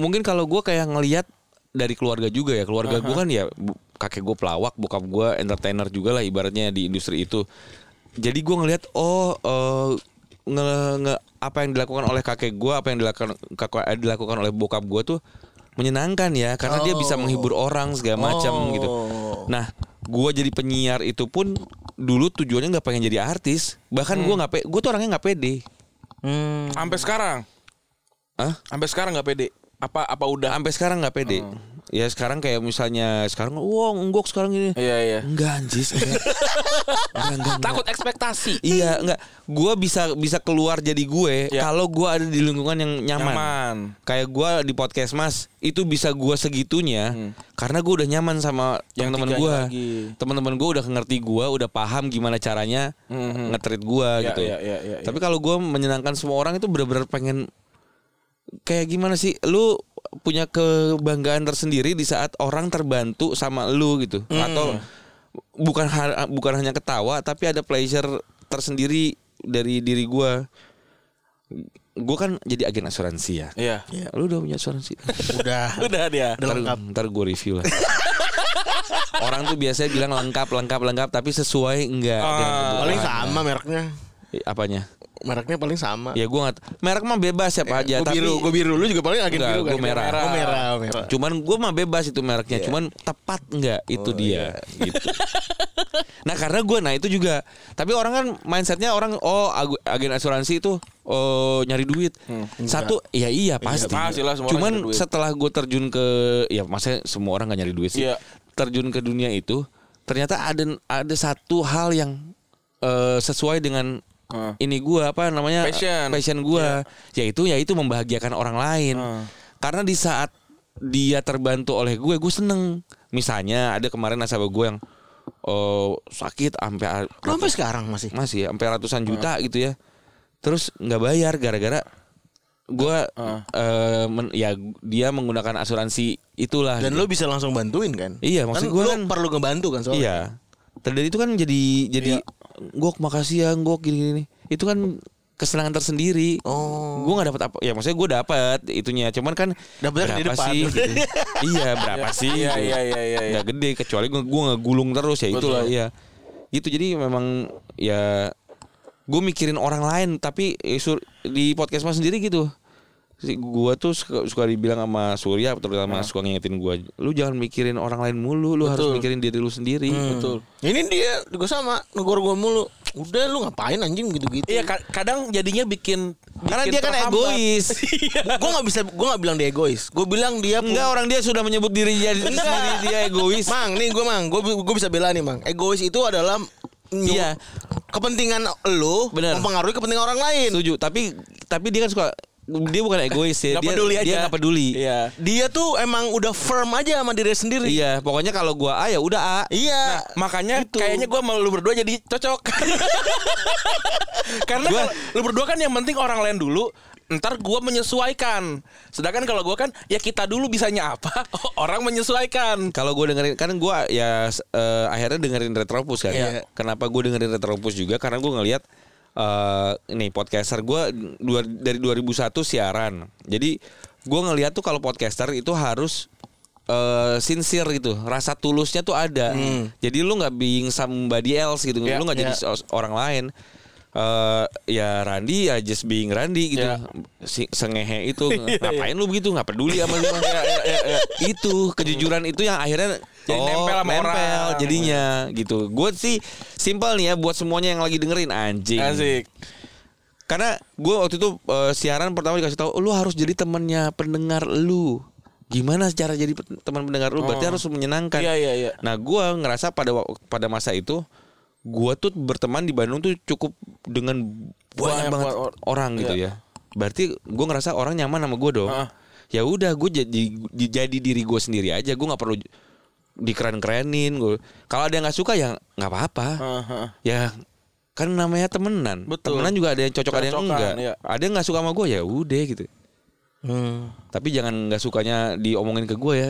mungkin kalau gue kayak ngelihat dari keluarga juga ya keluarga gue kan ya bu- kakek gue pelawak bokap gue entertainer juga lah ibaratnya di industri itu jadi gue ngelihat oh eh, nge, nge- apa yang dilakukan oleh kakek gue apa yang dilakukan kakek- eh, dilakukan oleh bokap gue tuh menyenangkan ya karena dia bisa menghibur orang segala macam Oh. gitu nah gue jadi penyiar itu pun dulu tujuannya nggak pengen jadi artis bahkan gue nggak pe gue tuh orangnya nggak pede Hmm. sampai sekarang, Hah? sampai sekarang nggak pede. Apa apa udah? sampai sekarang nggak pede. Ya sekarang kayak misalnya sekarang wah nggok sekarang ini. Iya iya. Enggak anjis. Enggak. enggak, enggak, enggak. Takut ekspektasi. Iya, enggak. Gua bisa bisa keluar jadi gue Iya. kalau gua ada di lingkungan yang nyaman. Nyaman. Kayak gua di podcast Mas, itu bisa gua segitunya karena gua udah nyaman sama Yang teman-teman tiganya gua. lagi. Teman-teman gua udah ngerti gua, udah paham gimana caranya Mhm. ngetrit gua Iya, gitu. iya, iya, iya, Tapi kalau gua menyenangkan semua orang itu bener-bener pengen kayak gimana sih lu punya kebanggaan tersendiri di saat orang terbantu sama lu gitu atau bukan ha- bukan hanya ketawa tapi ada pleasure tersendiri dari diri gua gua kan jadi agen asuransi ya Iya. lu udah punya asuransi Udah. Udah dia. Udah ntar, lengkap. ntar gua review lah orang tuh biasanya bilang lengkap lengkap lengkap tapi sesuai enggak dengan Ah, kebutuhan. Paling sama mereknya. Eh, apanya Mereknya paling sama. ya gua nggak t- merek mah bebas siapa aja Iya, Gua tapi biru, gue biru. Lu juga paling agen Enggak, biru kan? gua merah. Oh, merah, merah. Cuman gue mah bebas itu mereknya, Iya. cuman tepat nggak Oh, itu dia. Gitu. nah karena gue, nah itu juga. Tapi orang kan mindsetnya orang, oh agu- agen asuransi itu oh nyari duit. Satu, ya iya pasti. Hmm, pasti lah, semua orang cuman nyari duit. setelah gue terjun ke, ya maksudnya semua orang nggak nyari duit sih. Iya. Terjun ke dunia itu, ternyata ada ada satu hal yang eh, sesuai dengan Heeh. ini gue apa namanya Ah. Passion. gue yaitu yaitu membahagiakan orang lain Hmm. karena di saat dia terbantu oleh gue gue seneng misalnya ada kemarin nasabah gue yang oh, sakit sampai Lu sampai sekarang masih? masih ya, sampai ratusan juta gitu ya terus nggak bayar gara-gara gue eh, men- ya dia menggunakan asuransi itulah Dan lu bisa langsung bantuin kan? Iya, maksud Kan gua lu kan- perlu ngebantu kan soalnya. Iya. Terjadi itu kan jadi jadi gok makasih ya gok gini gini. Itu kan kesenangan tersendiri. Oh. Gue nggak dapat apa. Ya maksudnya gue dapat itunya. Cuman kan Dapatnya di berapa depan. sih? gitu. iya berapa sih? Iya iya iya iya. iya. Nggak gede kecuali gue gue gulung terus ya itulah iya. Gitu jadi memang ya gue mikirin orang lain tapi eh, sur- di podcast mas sendiri gitu. si gua tuh suka, suka dibilang sama Surya terutama suka ngingetin gua lu jangan mikirin orang lain mulu lu harus Betul. Hmm, mikirin diri lu sendiri Betul. Ini dia gue sama negor gue mulu. Udah lu ngapain anjing gitu-gitu. Iya ka- kadang jadinya bikin Karena dia kan egois. Iya. gue nggak bisa, gue nggak bilang dia egois. Gue bilang dia enggak orang dia sudah menyebut dirinya sendiri dia egois Mang, nih gue mang, gue gue bisa bela nih mang. Egois itu adalah nyu- Iya. kepentingan lu Bener. mempengaruhi kepentingan orang lain. setuju tapi tapi dia kan suka dia bukan egois ya Gak dia peduli dia aja. gak peduli Iya. Dia tuh emang udah firm aja sama diri sendiri. iya pokoknya kalau gua A ya udah A Nah, Iya. makanya kayaknya gua sama lu berdua jadi cocok. Karena kalau lu berdua kan yang penting orang lain dulu, ntar gua menyesuaikan. Sedangkan kalau gua kan ya kita dulu bisanya apa, orang menyesuaikan. kalau gue dengerin kan gue ya s- eh, akhirnya dengerin retropus kan Iya. kenapa gue dengerin retropus juga karena gue ngelihat eh nih podcaster gue dua, dari 2001 siaran jadi gue ngelihat tuh kalau podcaster itu harus eh sincere gitu rasa tulusnya tuh ada Hmm. jadi lu nggak being somebody else gitu Iya, lu nggak jadi os- orang lain eh ya Randi ya just being Randi gitu Iya. si, sengehe itu ngapain lu begitu nggak peduli sama Ya, lu itu kejujuran itu yang akhirnya Oh, Jadi nempel sama orang. jadinya gitu gue sih simpel nih ya buat semuanya yang lagi dengerin anjing Asik. karena gue waktu itu eh, siaran pertama dikasih tahu lu harus jadi temennya pendengar lu gimana cara jadi pe- teman pendengar lu berarti harus menyenangkan Iya, iya, iya. nah gue ngerasa pada wak- pada masa itu gue tuh berteman di Bandung tuh cukup dengan banyak, Banyak banget banget or- iya. orang gitu ya berarti gue ngerasa orang nyaman sama gue dong Ah. ya udah gue jadi di- jadi diri gue sendiri aja gue nggak perlu j- dikeren-kerenin gue kalau ada yang nggak suka ya nggak apa-apa Ah, ah. ya kan namanya temenan Betul. temenan juga ada yang cocok ada yang Cocokan, enggak iya. ada yang nggak suka sama gue ya udah gitu Hmm. tapi jangan nggak sukanya diomongin ke gue ya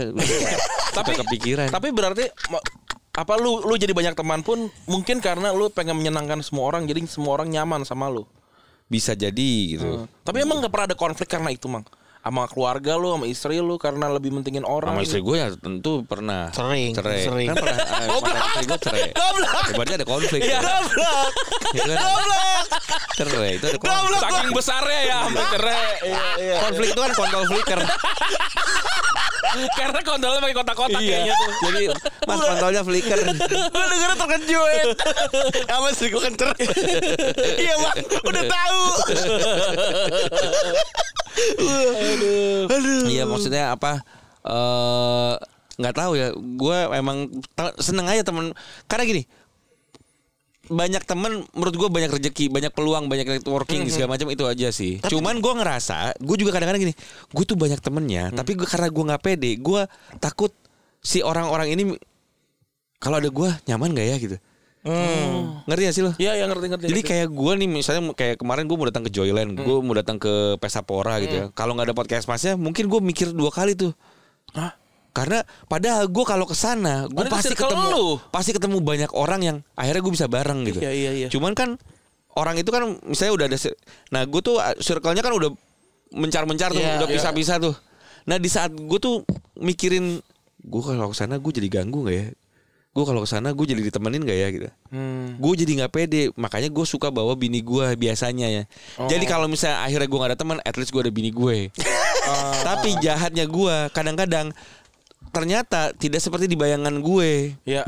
tapi Tapi- kepikiran Tapi berarti ma- apa lu lu jadi banyak teman pun mungkin karena lu pengen menyenangkan semua orang jadi semua orang nyaman sama lu. bisa jadi gitu Tapi emang gak pernah ada konflik karena itu, Mang. Sama keluarga lu, sama istri lu karena lebih mentingin orang. sama gitu. istri gue ya tentu pernah Sering, cerai sering. kan pernah eh, Oh, mantan istri gue cerai Ya, berarti ada konflik Iya. ya, Goblok. kan? cerai itu ada konflik Goblok. Saking besarnya ya sampai cerai. Iya, iya. konflik itu kan kontrol flicker Karena kontolnya pakai Iya. kotak-kotak kayaknya tuh. jadi mas kontrolnya flicker Gue dengernya terkejut. Sama istri gue kan cerai. Iya bang, udah tahu. Iya maksudnya apa? eh nggak tahu ya. Gue emang te- seneng aja temen. Karena gini, banyak temen menurut gue banyak rezeki, banyak peluang, banyak networking segala macam itu aja sih. Cuman gue ngerasa, gue juga kadang-kadang gini, gue tuh banyak temennya, tapi gua, karena gue nggak pede, gue takut si orang-orang ini kalau ada gue nyaman gak ya gitu. Ngerti gak sih lo? Iya, yang ngerti-ngerti. Hmm. Jadi kayak gue nih misalnya kayak kemarin gue mau datang ke Joyland, gue mau datang ke Pesta Pora gitu ya. Kalau nggak ada podcast masnya, mungkin gue mikir dua kali tuh. Hah? Karena padahal gue kalau ke sana, gue Padahal itu pasti circle ketemu lu. pasti ketemu banyak orang yang akhirnya gue bisa bareng gitu. Iya, iya, iya. Cuman kan orang itu kan misalnya udah ada si- nah gue tuh ah, circle-nya kan udah mencar-mencar tuh, Iya, udah iya. pisah-pisah tuh. Nah, di saat gue tuh mikirin gue kalau ke sana gue jadi ganggu gak ya? Gue kalau ke sana gue jadi ditemenin gak ya gitu Hmm. gue jadi nggak pede makanya gue suka bawa bini gue biasanya ya jadi kalau misalnya akhirnya gue gak ada teman at least gue ada bini gue Oh. tapi jahatnya gue kadang-kadang ternyata tidak seperti di bayangan gue Iya.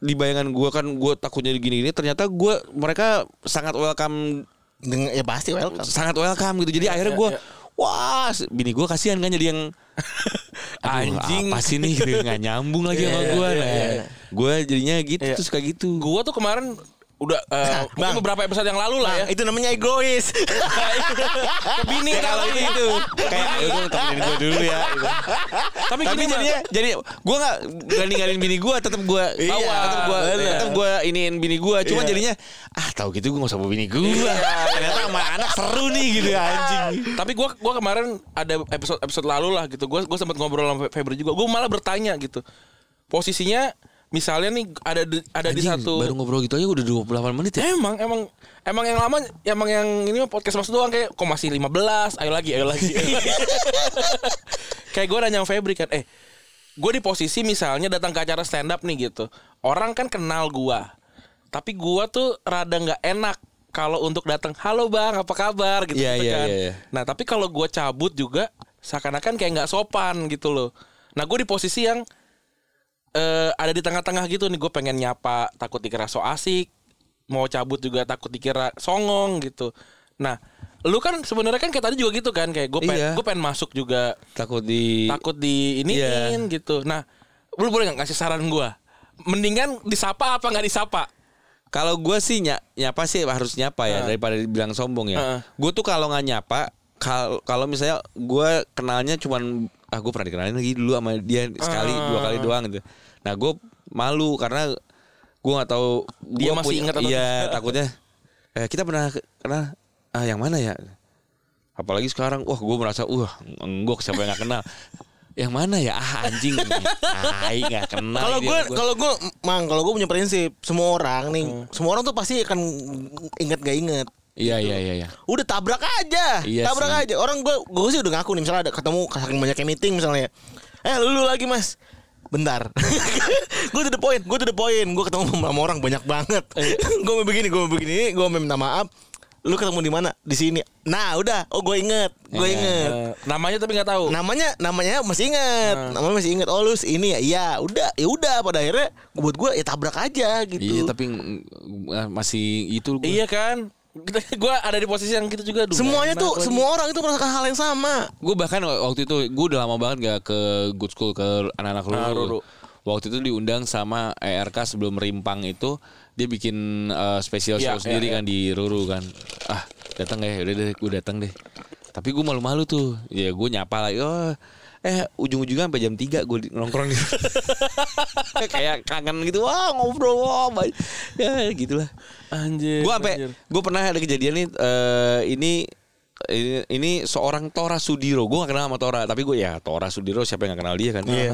di bayangan gue kan gue takutnya gini-gini ternyata gue mereka sangat welcome Dengar ya pasti welcome. sangat welcome gitu jadi akhirnya gue wah bini gue kasihan kan jadi yang aduh, Anjing. apa sih nih gitu nggak nyambung lagi sama Iya, gue iya, nah, iya. gue jadinya gitu Iya. tuh suka gitu Gua tuh kemarin udah eh, mungkin Bang. beberapa episode yang lalu lah ya. Nah, Itu namanya egois. Kebini kalau itu kayak ayo dong temenin gue dulu ya gitu. tapi Tapi gini Bang. jadinya jadi gue nggak gak ninggalin bini gue tetap gue Iya, bawa tetap gue bener. Iya. tetap gue iniin bini gue cuma jadinya ah tahu gitu gue nggak usah bawa bini gue ternyata sama anak seru nih gitu anjing Tapi gua gua kemarin ada episode episode lalu lah gitu. Gua gua sempat ngobrol sama Febri juga. Gua malah bertanya gitu. Posisinya misalnya nih ada di, ada di Anjing, satu Eh? baru ngobrol gitu aja udah 28 menit ya Emang emang emang yang lama emang yang ini mah podcast mas doang kayak kok masih 15 ayo lagi ayo lagi. ayo lagi." kayak gue nanya sama Febri kan eh gue di posisi misalnya datang ke acara stand up nih gitu orang kan kenal gua tapi gua tuh rada nggak enak kalau untuk datang halo bang apa kabar gitu, Iya, gitu iya, kan iya, iya. nah tapi kalau gua cabut juga seakan-akan kayak nggak sopan gitu loh nah gue di posisi yang eh ada di tengah-tengah gitu nih gue pengen nyapa takut dikira so asik mau cabut juga takut dikira songong gitu nah lu kan sebenarnya kan kayak tadi juga gitu kan kayak gue pengen Iya. gue pengen masuk juga takut di takut di ini Iya. gitu nah lu boleh nggak ngasih saran gue mendingan disapa apa nggak disapa Kalau gue sih ny- nyapa sih harus nyapa ya Heeh. daripada dibilang sombong ya. Heeh. Gue tuh kalau nggak nyapa, kal- kalau misalnya gue kenalnya cuman ah gue pernah dikenalin lagi dulu sama dia sekali Ah. dua kali doang gitu. Nah gue malu karena gue nggak tahu Dia gua masih ingat atau Iya takutnya eh, kita pernah ke- kenal ah yang mana ya? Apalagi sekarang wah gue merasa wah enggok siapa yang gak kenal. yang mana ya ah anjing tai nggak kenal Nah, Kalau dia sama gua. gue, Hmm. kalau gue, mang, kalau gue punya prinsip, semua orang nih, semua orang tuh pasti akan inget gak inget. iya gitu. iya iya iya Udah tabrak aja, Iya tabrak sih. aja. Orang gue, gue sih udah ngaku nih, misalnya ada ketemu saking banyak meeting misalnya. Eh, lu lagi mas, bentar. gue to the point, gue to the point. Gue ketemu sama orang banyak banget. Eh. gue mau begini, gue mau begini, gue mau minta maaf. Lu ketemu di mana? Di sini. Nah, udah. Oh, gue inget, gue Iya. inget. Eh, namanya tapi nggak tahu namanya namanya masih inget namanya masih inget oh lu ini ya iya udah ya udah pada akhirnya buat gue ya tabrak aja gitu Iya tapi mm, ah, masih itu gua. Iya kan? gue ada di posisi yang gitu juga. Aduh, semuanya enak tuh lagi. semua orang itu merasakan hal yang sama Gue bahkan waktu itu gue udah lama banget gak ke good school ke anak-anak Ah, Ruru. Ruru. Waktu itu diundang sama ERK sebelum merimpang itu dia bikin eh, spesial Iya, show iya, sendiri iya. kan di Ruru kan. Ah datang ya udah deh gue datang deh. Tapi gue malu-malu tuh. Ya gue nyapa lagi. Oh, eh ujung-ujungnya sampai jam 3 gue nongkrong di kayak kangen gitu wah ngobrol wah ba- ya gitulah Anjir. Gue sampai anjir. gue pernah ada kejadian nih eh, ini ini ini seorang Tora Sudiro. Gue gak kenal sama Tora, tapi gue ya Tora Sudiro siapa yang gak kenal dia kan. Iya.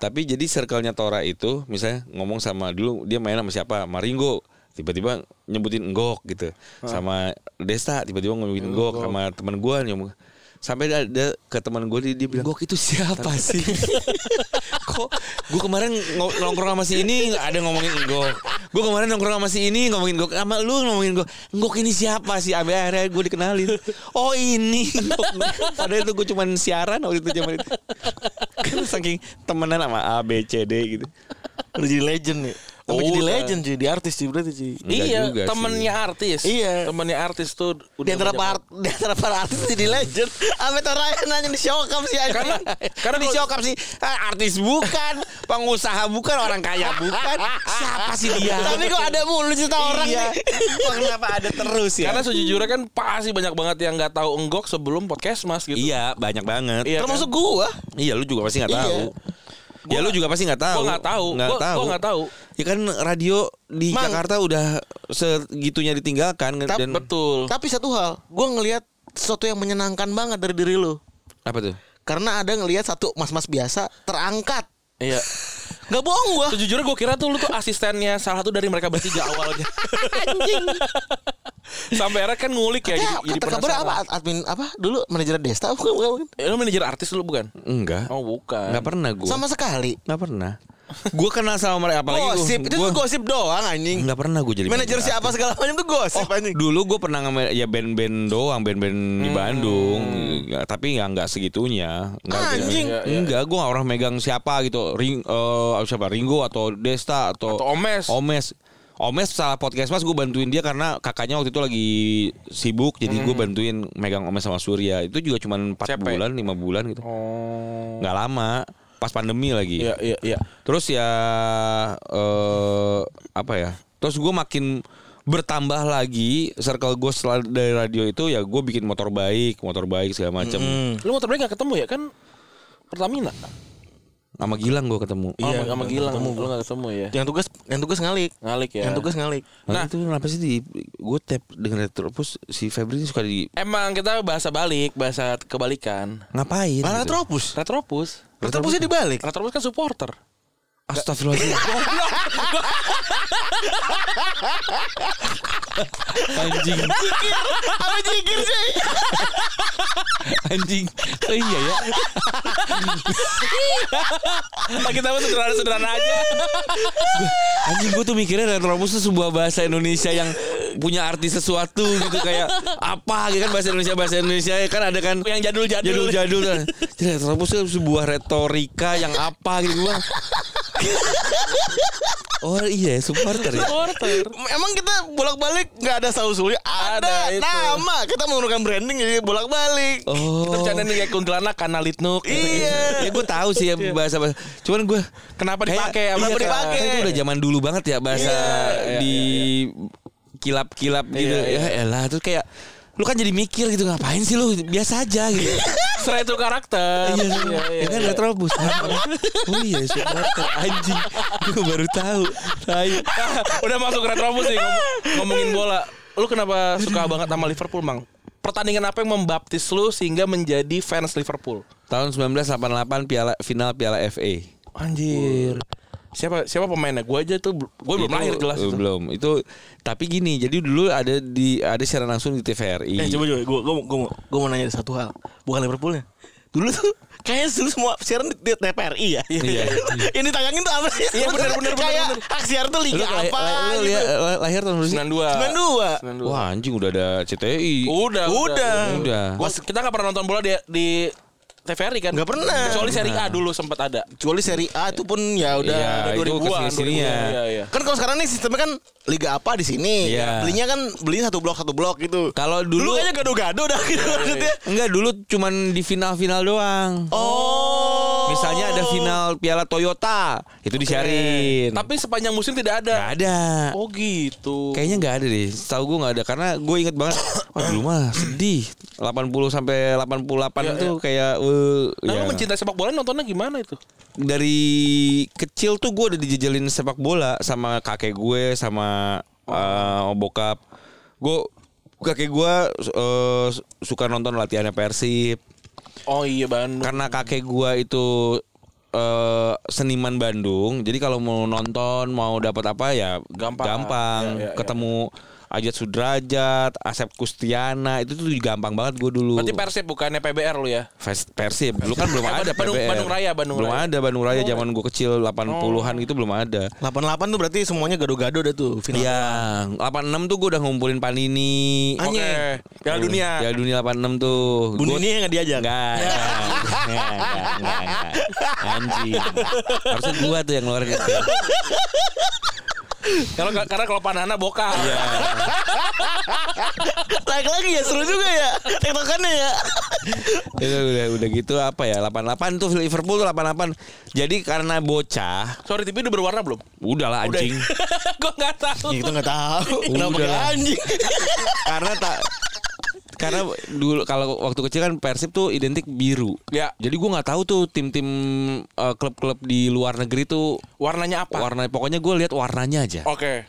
tapi jadi circle-nya Tora itu misalnya ngomong sama dulu dia main sama siapa? Maringo tiba-tiba nyebutin Enggok gitu. Sama Desta tiba-tiba ngomongin Enggok sama teman gue nyomong sampai ada ke teman gue dia, dia bilang Enggok itu siapa sih? Kok gue kemarin ngo- nongkrong sama si ini ada ngomongin Enggok. Gue kemarin nongkrong sama si ini ngomongin Enggok sama lu ngomongin Enggok. Enggok ini siapa sih? Sampai akhirnya gue dikenalin. Oh ini. Enggok. Padahal itu gue cuman siaran waktu itu zaman itu. Kan saking temenan sama A B C D gitu. udah jadi legend nih Sampai Oh, jadi udah. legend cuy, di artis cuy berarti cuy Enggak iya, juga sih. temennya artis. Iya. Temennya artis tuh udah di antara banyak par di antara para artis jadi legend Amit Ryan nanya di showcam sih aja Karena- karena Karena di kalau- Siokap sih ah, artis bukan, pengusaha bukan, orang kaya bukan. Siapa sih dia? tapi kok ada mulu cerita orang iya. nih Kok kenapa ada terus ya? Karena sejujurnya kan pasti banyak banget yang nggak tahu enggok sebelum podcast mas gitu. iya, banyak banget. Iya, termasuk gua Iya, lu juga pasti nggak Iya. tahu. ya lu juga pasti nggak tahu. Gua nggak tahu. Nggak Gua- gua tahu. nggak tahu. Ya kan radio di Mang. Jakarta udah segitunya ditinggalkan Tap- dan Betul. tapi satu hal gua ngelihat sesuatu yang menyenangkan banget dari diri lu apa tuh? karena ada ngelihat satu mas-mas biasa terangkat Iya. Gak bohong gua Sejujurnya gue kira tuh lu tuh asistennya salah satu dari mereka bertiga awalnya. Anjing. Sampai akhirnya kan ngulik ya. Ya, jadi, jadi kata kabar penasaran. apa admin apa dulu manajer Desta bukan, bukan, bukan. Eh, Lu manajer artis dulu bukan? Enggak. Oh bukan. Enggak pernah gua. Sama sekali. Nggak pernah. Gue kenal sama mereka apalagi gua- Gosip, itu tuh gua- gosip doang anjing. nggak pernah gue jadi Manajer siapa segala macam tuh gosip anjing. Oh, Dulu gue pernah ngamen ya band-band doang, band-band di Bandung, Ya, tapi ya nggak segitunya. Nggak Anjing. Iya, iya. Enggak, gue orang megang siapa gitu, ring eh, siapa Ringo atau Desta atau, Atau Omes. Omes. Omes salah podcast mas gue bantuin dia karena kakaknya waktu itu lagi sibuk jadi gue bantuin megang Omes sama Surya itu juga cuman 4 Capek. bulan 5 bulan gitu Oh. nggak lama pas pandemi lagi Iya iya iya. Terus ya eh apa ya? Terus gue makin bertambah lagi circle gue setelah dari radio itu ya gue bikin motor baik, motor baik segala macam. Hmm. Lu motor break gak ketemu ya kan Pertamina Sama Gilang gue ketemu. Iya. Oh, sama- sama Gilang Lu gak ketemu ya Yang tugas yang tugas ngalik. Ngalik ya Yang tugas ngalik. Nah, itu kenapa sih di gue tap denger terus si Febri ini suka di Emang kita bahasa balik Bahasa kebalikan ngapain? Malah gitu. retropus. Retropus Retropusnya dibalik. Retropus kan supporter Astagfirullahaladzim. anjing, Apa jikir sih? anjing. Oh iya ya. Kita mah sederhana-sederhana aja Anjing gue tuh mikirnya retrobus tuh sebuah bahasa Indonesia yang punya arti sesuatu gitu kayak apa gitu kan bahasa Indonesia bahasa Indonesia kan ada kan Yang jadul-jadul. jadul-jadul kan. Jadi retropus itu sebuah retorika yang apa gitu gua. Oh iya ya, supporter ya. Supporter. Emang kita bolak-balik nggak ada saus usulnya ada, Ada itu. nama kita menggunakan branding jadi bolak-balik. Kita Oh. bercanda nih Iya. kayak kuntilanak kanalit nuk. Iya. ya gue tahu sih ya bahasa bahasa. Cuman gue Kenapa dipakai? Iya, Apa Kenapa yang dipakai? dipakai? iya, Itu udah zaman dulu banget ya bahasa di kilap-kilap gitu. Iya, Ya elah terus kayak lu kan jadi mikir gitu ngapain sih lu biasa aja gitu. Serai itu karakter. Iya, iya, iya. ya kan retrobus. oh iya, supporter anjing. Gue baru tahu. Tai. Udah masuk retrobus nih ngom- ngomongin bola. Lu kenapa suka banget sama Liverpool, Mang? Pertandingan apa yang membaptis lu sehingga menjadi fans Liverpool? Tahun 1988 piala final Piala FA. Anjir. Siapa siapa pemainnya? Gua aja tuh gue Oh, belum Itu, lahir jelas eh, itu. Belum. Itu tapi gini, jadi dulu ada di ada siaran langsung di TVRI. Eh coba coba, gue gue gue mau gue mau nanya satu hal, bukan Liverpoolnya. Dulu tuh kayaknya dulu semua siaran di, di TPRI ya. Iya. Ini tanyain tuh apa sih? Iya, bener, bener, bener, Kayak bener. aksiar tuh Lu liga apa? lahir- lahir- lu gitu. lihat- lahir tahun berapa sih? 92. 92. 92. Wah anjing udah ada CTI. Udah, Udah. Udah. Gua- kita nggak pernah nonton bola di, di TVRI kan? Nggak pernah. Kecuali Serie A dulu sempat ada. Kecuali seri A itu pun ya udah Iya, udah itu 2000-an. kesini-sini ya. Iya, iya. Kan kalau sekarang nih sistemnya kan liga apa di sini. Iya. Belinya kan belinya satu blok satu blok gitu. Kalau Dulu dulu kayaknya gado-gado dah gitu maksudnya. enggak dulu cuman di final-final doang. Oh. Misalnya ada final Piala Toyota, itu disiarin. Tapi sepanjang musim tidak nggak ada. ada. Oh gitu. Kayaknya nggak ada deh. Tahu gue nggak ada karena gue inget banget. Wah dulu mah sedih. 80 sampai 88 itu kayak eh, Iya, Nah, ya. lu mencintai sepak bola nontonnya gimana itu? dari kecil tuh gue udah dijejelin sepak bola sama kakek gue sama eh, bokap. Gue kakek gue eh, suka nonton latihannya Persib. Oh iya Bandung. karena kakek gua itu eh seniman Bandung jadi kalau mau nonton mau dapat apa ya Gampang. gampang, Ya, ya, ya. ketemu Ajat Sudrajat Asep Kustiana itu tuh gampang banget gua dulu Berarti Persib bukannya PBR lu ya? Fes- Persib dulu kan belum Apa, ada Bandung- PBR. Bandung Raya, Bandung belum Raya. Oh. ada Bandung Raya zaman gua kecil 80-an itu belum ada 88 tuh berarti semuanya gado-gado dah tuh final. Iya, 86 tuh gua udah ngumpulin Panini. Anjing. Piala dunia. Piala dunia 86 tuh. Bun Gua- ini yang nggak diajak. Enggak, enggak, enggak, enggak, enggak. Anjing. Harusnya gua tuh yang ngeluarin itu. Kalau karena kalau Panana bokap. Iya. Naik lagi ya seru juga ya. Tektokannya ya. Itu udah udah gitu apa ya? 88 tuh Liverpool tuh 88. Jadi karena bocah, Sorry TV udah berwarna belum? udahlah anjing. Gua nggak tahu. Iya. Ya kita nggak tahu. Kenapa Udah kayak lah. anjing? karena tak karena dulu kalau waktu kecil kan Persib tuh identik biru. Ya. Jadi gua nggak tahu tuh tim-tim eh, klub-klub di luar negeri tuh Warnanya apa? warna pokoknya gue lihat warnanya aja. Oke.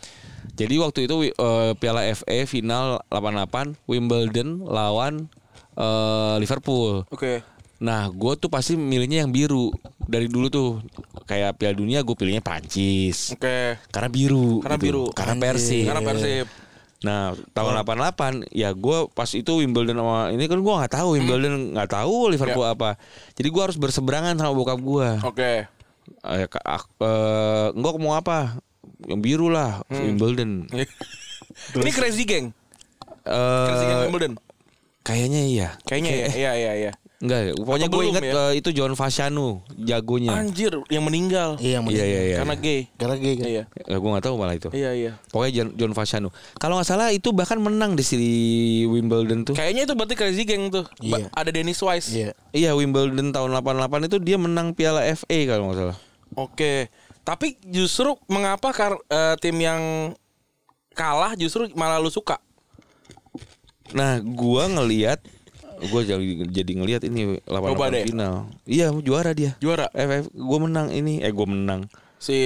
Jadi waktu itu wi- eh, Piala FA final 88 Wimbledon lawan eh, Liverpool. Oke. Nah, gue tuh pasti milihnya yang biru dari dulu tuh kayak Piala Dunia gue pilihnya Prancis Oke. karena biru. Karena biru. Gitu. Karena Persib. Karena Persib. Nah, tahun 88 ya gua pas itu Wimbledon sama ini kan gua nggak tahu Wimbledon nggak tahu Liverpool Ya. apa. Jadi gua harus berseberangan sama bokap gua. Oke. Oh. Eh, ka- ak- eh, enggak mau apa? Yang biru lah Hmm. Wimbledon. Ini Crazy Gang. Crazy Gang Eh, Wimbledon. kayaknya iya. Kayaknya ya. Iya iya iya. Enggak, ya. pokoknya Atau gue belum inget ya? eh, itu John Fashanu jagonya. Anjir yang meninggal. Iya, Iya iya iya. Karena gay. Karena gay kan. Iya. Eh, gue nggak tahu malah itu. Iya iya. Pokoknya John, John Fashanu. Kalau nggak salah itu bahkan menang di sini Wimbledon tuh. Kayaknya itu berarti Crazy Gang tuh. Ba- Iya. Ada Dennis Wise. Iya. Iya Wimbledon tahun 88 itu dia menang Piala FA kalau nggak salah. Oke, tapi justru mengapa kar- eh, tim yang kalah justru malah lu suka? Nah, gua ngelihat gua jadi jadi ngelihat ini 88 Coba deh. final. Iya, juara dia. Juara FF gua menang ini. Eh, gua menang. si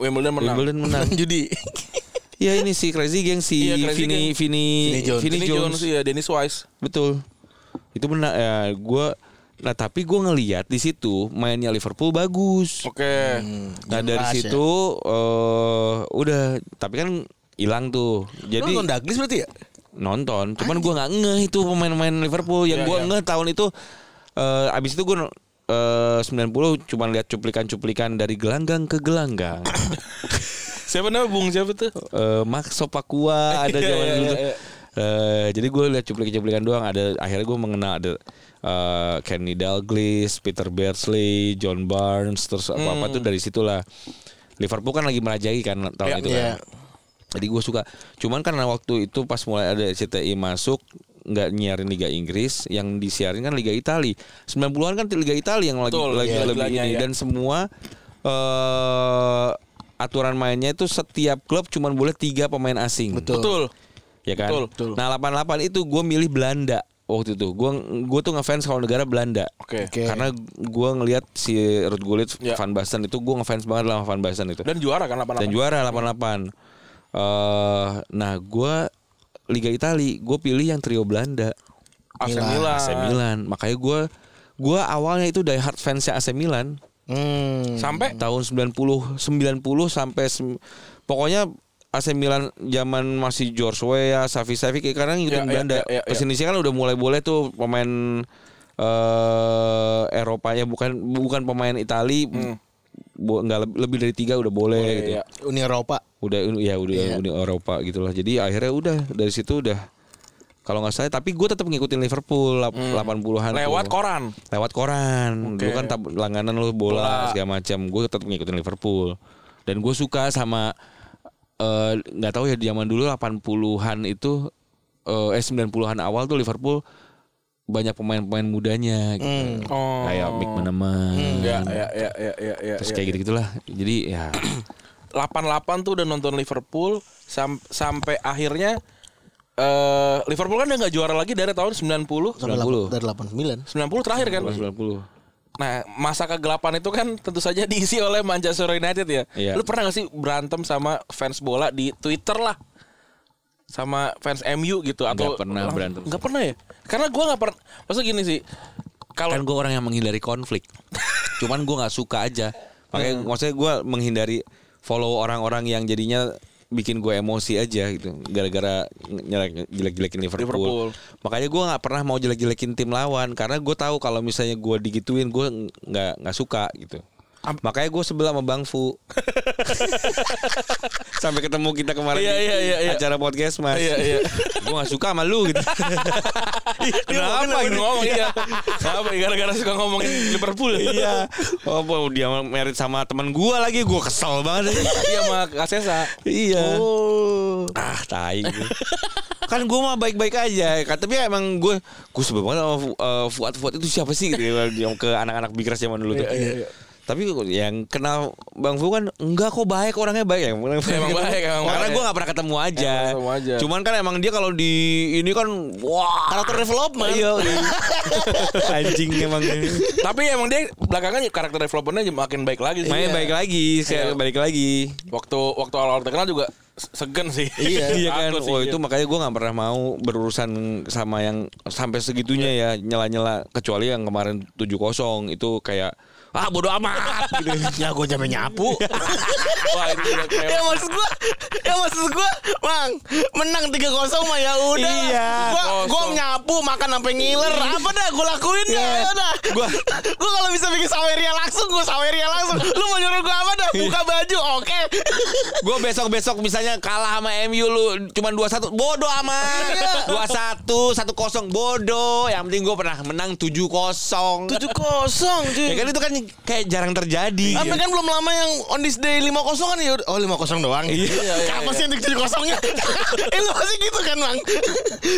Wimbledon menang. Wimbledon menang. Judi. Iya, ini si Crazy Gang si Iya, Crazy Vinny, Vinny, Vinny Jones. Vinny Ini Jones. Jones, ya Dennis Wise. Betul. Itu benar ya gua nah tapi gua ngelihat di situ mainnya Liverpool bagus. Oke. Nah, dari jelas ya. situ eh udah tapi kan hilang tuh. Jadi Lu nonton Douglas berarti ya? nonton cuman gua nggak ngeh itu pemain-pemain Liverpool yang Iya, gua iya. ngeh tahun itu eh, abis itu gua eh, 90 cuman lihat cuplikan-cuplikan dari gelanggang ke gelanggang Siapa namanya Bung siapa tuh? eh Max Sopakua ada zaman Iya, iya, dulu iya, tuh. iya. Eh, jadi gue lihat cuplikan-cuplikan doang ada akhirnya gue mengenal ada eh, Kenny Dalglish, Peter Beardsley, John Barnes terus apa-apa tuh Hmm. dari situlah. Liverpool kan lagi merajai kan tahun itu kan. Iya. Jadi gue suka. Cuman karena waktu itu pas mulai ada CTI masuk nggak nyiarin Liga Inggris, yang disiarin kan Liga Italia. 90-an kan Liga Italia yang lagi Betul, lagi iya, lebih gilanya, ini ya. dan semua eh aturan mainnya itu setiap klub cuman boleh tiga pemain asing. Betul. Betul. Ya kan? Betul, betul. Nah, 88 itu gue milih Belanda waktu itu. Gue gue tuh ngefans kalau negara Belanda. Oke. Oke. Karena gue ngelihat si Ruud Gullit, Ya. Van Basten itu gue ngefans banget sama Van Basten itu. Dan juara kan 88. Dan juara 88. Eh, nah, gue Liga Itali, gue pilih yang trio Belanda. AC Milan. Milan. AC Milan. Makanya gue gue awalnya itu die hard fansnya AC Milan Hmm. Sampai tahun 90 90 sampai sem- pokoknya AC Milan zaman masih George Weah, Safi Safi kayak sekarang gitu Ya, ya, Belanda. ya, ya, Pas ya. Indonesia kan udah mulai boleh tuh pemain eh Eropanya bukan bukan pemain Itali Hmm. bu- nggak leb- lebih dari tiga udah boleh Iya, gitu. iya. Uni Eropa. Udah ya udah Uni Eropa gitu lah. Jadi akhirnya udah dari situ udah kalau nggak salah tapi gue tetap ngikutin Liverpool lap- 80-an tuh Hmm. lewat koran. lewat koran. Oke. Dulu kan tab- langganan lu bola, Bola. segala macam. Gue tetap ngikutin Liverpool. Dan gue suka sama eh, nggak tahu ya di zaman dulu 80-an itu eh, eh 90-an awal tuh Liverpool banyak pemain-pemain mudanya gitu. Oh. Kayak Mick Meneman. Ya, ya, ya, ya, ya, ya, Hmm. Terus ya. kayak gitu-gitulah. Jadi ya 88 tuh udah nonton Liverpool sam- sampai akhirnya eh Liverpool kan udah nggak juara lagi dari tahun 90. 90. Dari 89. 90 terakhir kan. 90. Nah, masa kegelapan itu kan tentu saja diisi oleh Manchester United ya. Iya. Lu pernah gak sih berantem sama fans bola di Twitter lah? Sama fans MU gitu atau Nggak pernah berantem. Gak pernah ya? Karena gua nggak pernah. Maksudnya gini sih. Kan Kalau gue orang yang menghindari konflik. Cuman gue nggak suka aja. Hmm. Makanya maksudnya gue menghindari follow orang-orang yang jadinya bikin gue emosi aja gitu gara-gara nyelek- jelek-jelekin Liverpool. Liverpool. Makanya gue nggak pernah mau jelek-jelekin tim lawan karena gue tahu kalau misalnya gue digituin gue nggak nggak suka gitu. Am- Makanya gue sebelah sama Bang Fu Sampai ketemu kita kemarin Iya, di iya, iya, iya. Acara podcast mas Iya, iya. Gue gak suka sama lu gitu Kenapa Kenapa gitu ngomong iya. Kenapa ya? gara-gara suka ngomongin Liverpool. iya. Oh, mau dia merit sama teman gua lagi, gua kesel banget. Iya sama Kasesa. iya. Oh. Ah, tai gua. kan gua mah baik-baik aja. Kan, tapi emang gua gua sebel banget sama Fu- eh, Fuad Fuad itu siapa sih gitu yang ke anak-anak Bigras zaman dulu tuh. Iya, iya, iya. Tapi yang kenal Bang Fu kan enggak kok baik orangnya baik ya. Emang baik, emang Karena baik. gua nggak pernah ketemu aja. Emang ketemu aja. Cuman kan emang dia kalau di ini kan wah Karakter development. Iya. Anjing emang. Tapi emang dia belakangan karakter developmentnya makin baik lagi sih. Main balik lagi, saya Iya. balik lagi. Waktu waktu awal-awal terkenal juga segen sih. iya kan. Takut sih, Wah, iya. itu makanya gue nggak pernah mau berurusan sama yang sampai segitunya Iya. ya nyela-nyela kecuali yang kemarin 7-0 itu kayak ah bodoh amat gitu. ya gue jamin nyapu. Wah, itu udah kayak- ya maksud gue, ya maksud gue, mang menang 3-0 mah ya udah. Iya. Gue gue Kosong. nyapu makan sampai ngiler. Apa dah gue lakuin dah Iya. ya udah. Gue Gua- gue kalau bisa bikin saweria langsung gue saweria langsung. Lu mau nyuruh gue apa Iya. dah? Buka baju, oke. gue besok-besok misalnya kalah sama MU lu cuman 2-1 bodoh Iya. amat. 2-1, 1-0 bodoh. Yang penting gue pernah menang 7-0. Tujuh kosong Ya kan itu kan kayak jarang terjadi. Iya. Tapi kan belum lama yang on this day 50 kan ya udah- oh 50 doang. Iya. Apa sih yang 70-nya? eh lu pasti gitu kan, Bang.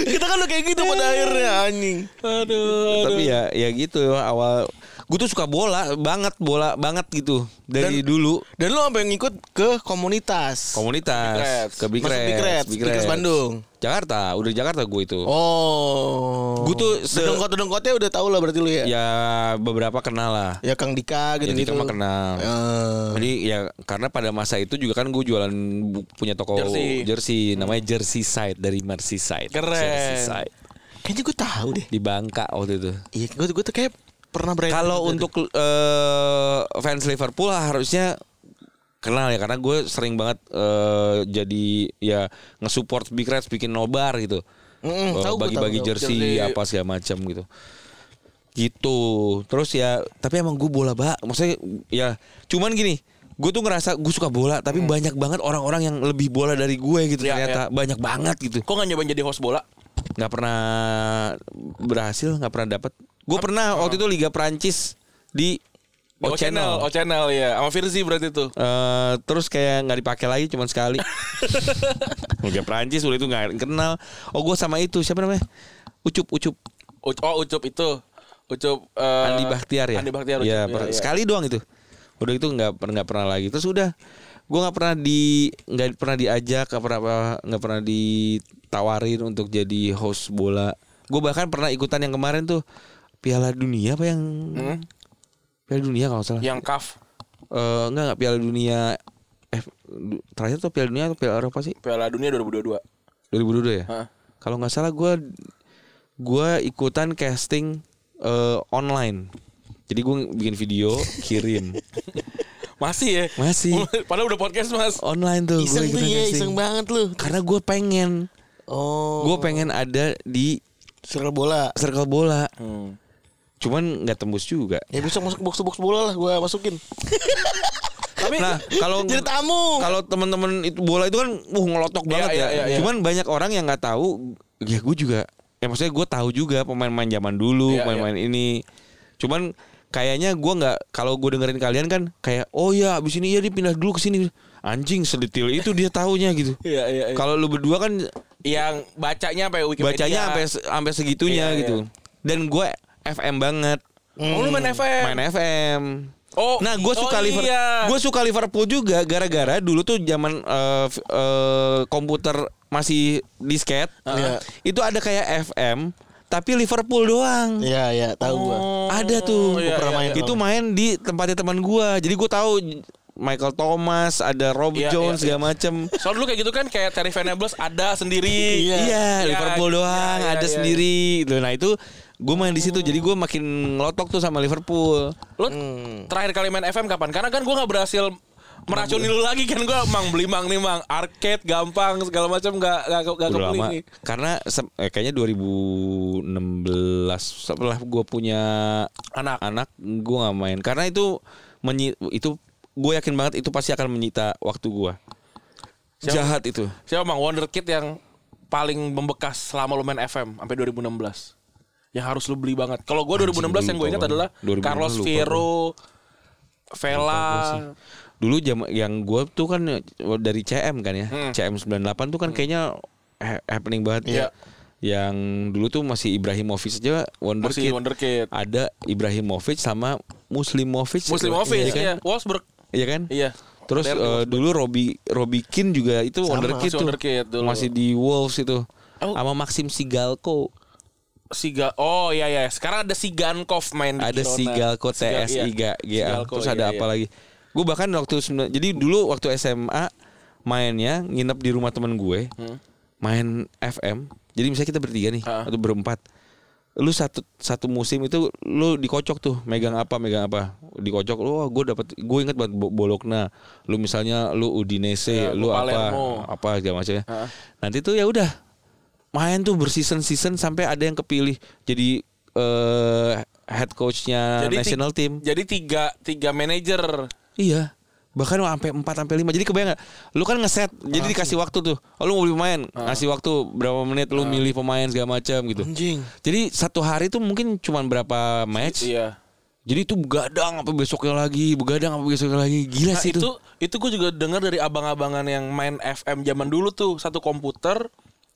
Kita kan udah kayak gitu pada Iya. akhirnya anjing. Aduh. tapi ya ya gitu awal gue tuh suka bola banget bola banget gitu dari dulu Dan lu sampai ngikut ke komunitas. komunitas ke Big Masuk Reds, Big Reds, Big Reds Bandung. Jakarta udah Jakarta gue itu Oh. Gua tuh se- dengkot-dengkotnya udah tau lah berarti lu ya. Ya, ya beberapa kenal lah Kang Dika gitu jadi gitu. cuma Iya, kenal Eh. jadi ya karena pada masa itu juga kan gue jualan bu- punya toko Jersey. jersey, namanya Jersey Side dari Merseyside Keren. Jerseyside. Kayaknya gue tahu deh. di Bangka waktu itu Iya, gue gue tuh kayak pernah berani. gitu. Kalau untuk eh, fans Liverpool harusnya kenal ya karena gue sering banget eh, jadi ya ngesupport Big Reds bikin nobar gitu. Mm-mm, Eh, tahu gue, Bagi-bagi tahu, tahu. jersey Jersey. apa segala macam gitu. Gitu. Terus ya tapi emang gue bola bak maksudnya ya cuman gini gue tuh ngerasa gue suka bola Mm. tapi banyak banget orang-orang yang lebih bola dari gue gitu Iya, Ya, ternyata banyak banget gitu Kok nggak nyoba jadi host bola? nggak pernah berhasil nggak pernah dapat gue pernah waktu itu Liga Prancis di Di O Oh, Channel O Oh, Channel ya. Sama Firzi berarti tuh. Eh, terus kayak nggak dipakai lagi cuman sekali Liga Prancis waktu itu nggak kenal oh gue sama itu siapa namanya ucup ucup Uc- oh Ucup itu. Ucup eh, Andi Bakhtiar ya Andi Bakhtiar ya, Ucup, per- ya. sekali doang itu udah itu nggak per- nggak pernah lagi terus udah gue nggak pernah di nggak pernah diajak nggak pernah nggak pernah ditawarin untuk jadi host bola gue bahkan pernah ikutan yang kemarin tuh Piala Dunia apa yang Hmm? Piala Dunia kalau nggak salah Yang kaf Eh, enggak enggak Piala Dunia eh du- terakhir tuh Piala Dunia atau Piala Eropa sih Piala Dunia 2022. 2022 ya? Heeh. Kalau nggak salah gua gua ikutan casting eh, online. Jadi gue bikin video kirim Masih ya? Masih. Padahal udah podcast mas. online tuh iya, gua Iseng tuh ikutan ya, casting. iseng banget lu. Karena gue pengen, Oh. gue pengen ada di Serang bola. circle bola. Hmm. Cuman nggak tembus juga. Ya besok masuk box-box bola lah gue masukin. Nah kalau Jadi tamu. kalau teman-teman itu bola itu kan uh ngelotok Iya, banget iya, ya. iya, iya. Cuman banyak orang yang nggak tahu. Ya gue juga. Ya maksudnya gue tahu juga pemain-pemain zaman dulu, Iya, pemain-pemain ini. Cuman kayaknya gue nggak kalau gue dengerin kalian kan kayak oh ya abis ini ya dia pindah dulu ke sini. Anjing sedetil itu dia tahunya gitu. Iya iya. iya. Kalau lu berdua kan Yang bacanya apa ya Wikipedia? bacanya sampai sampai segitunya Iya, gitu. iya. Dan gue FM banget. Oh lu main FM. Hmm. Main FM. Oh, nah gue oh suka Liverpool. iya. Gue suka Liverpool juga gara-gara dulu tuh zaman eh, f- eh, komputer masih disket. ya, Iya. Itu ada kayak FM tapi Liverpool doang. Oh, Iya iya tahu gue. Ada tuh. iya, pernah main. Itu main di tempatnya teman gua. Jadi gue tahu Michael Thomas, ada Rob Iya, Jones iya, iya. segala macem. Soalnya dulu kayak gitu kan kayak Terry Venables ada sendiri. Iya. Iya, Iya, Liverpool iya, doang iya, ada iya. sendiri. Gitu. Nah itu gue main di situ, jadi gue makin ngelotok tuh sama Liverpool. Lu terakhir kali main FM kapan? Karena kan gue nggak berhasil meracuni lu lagi kan gue mang beli mang nih mang arcade gampang segala macam nggak nggak nggak Udah kebeli lama. nih. Karena se- eh, kayaknya 2016 setelah gue punya Anak. anak, gue nggak main. Karena itu menyi- itu gue yakin banget itu pasti akan menyita waktu gue. Siapa? Jahat itu. Siapa mang Wonder Kid yang paling membekas selama lu main FM sampai 2016? Yang harus lu beli banget. Kalau gue 2016 yang gue lupa ingat gua. adalah 2016 Carlos lupa Vero, Vela. Dulu jam yang gue tuh kan dari CM kan ya, CM 98 tuh kan kayaknya ha- happening banget Hmm. Iya. ya. Yang dulu tuh masih Ibrahimovic aja Masih Wonderkid. Wonderkid. Ada Ibrahimovic sama Muslimovic. Muslimovic Iya kan? ya, Wolfsburg. Iya kan? Iya. Terus Modern eh, dulu Robi Robikin juga itu Sama, Wonderkid masih tuh. Wonderkid dulu. Masih di Wolves itu. Oh. Sama Maxim Sigalko. Siga oh iya iya sekarang ada Sigankov main di Ada Girona. Sigalko Sigal- iya. TSI ga GA. Sigalko, Terus iya, ada iya. apa lagi? Gue bahkan waktu sembilan- jadi dulu waktu SMA mainnya nginep di rumah temen gue. Main FM. Jadi misalnya kita bertiga nih Hmm. Ah. atau berempat. Lu satu satu musim itu lu dikocok tuh, megang apa, megang apa. Dikocok lu oh, gue dapat gue inget banget Bo- Bologna. Lu misalnya lu Udinese, Ya, lu apa Palermo. apa segala macamnya. Ah. Nanti tuh ya udah main tuh berseason season sampai ada yang kepilih jadi eh head coachnya ti- Ah, national team. Jadi tiga tiga manajer. Iya. Bahkan sampai 4 sampai 5. Jadi kebayang gak? Lu kan ngeset. Jadi dikasih waktu tuh. Oh, lu mau beli pemain, ngasih waktu berapa menit lu milih pemain segala macam gitu. Anjing. Jadi satu hari tuh mungkin cuman berapa match. Iya. Jadi itu begadang apa besoknya lagi, begadang apa besoknya lagi. Gila Iya Nah, sih itu itu. itu gue juga dengar dari abang-abangan yang main FM zaman dulu tuh satu komputer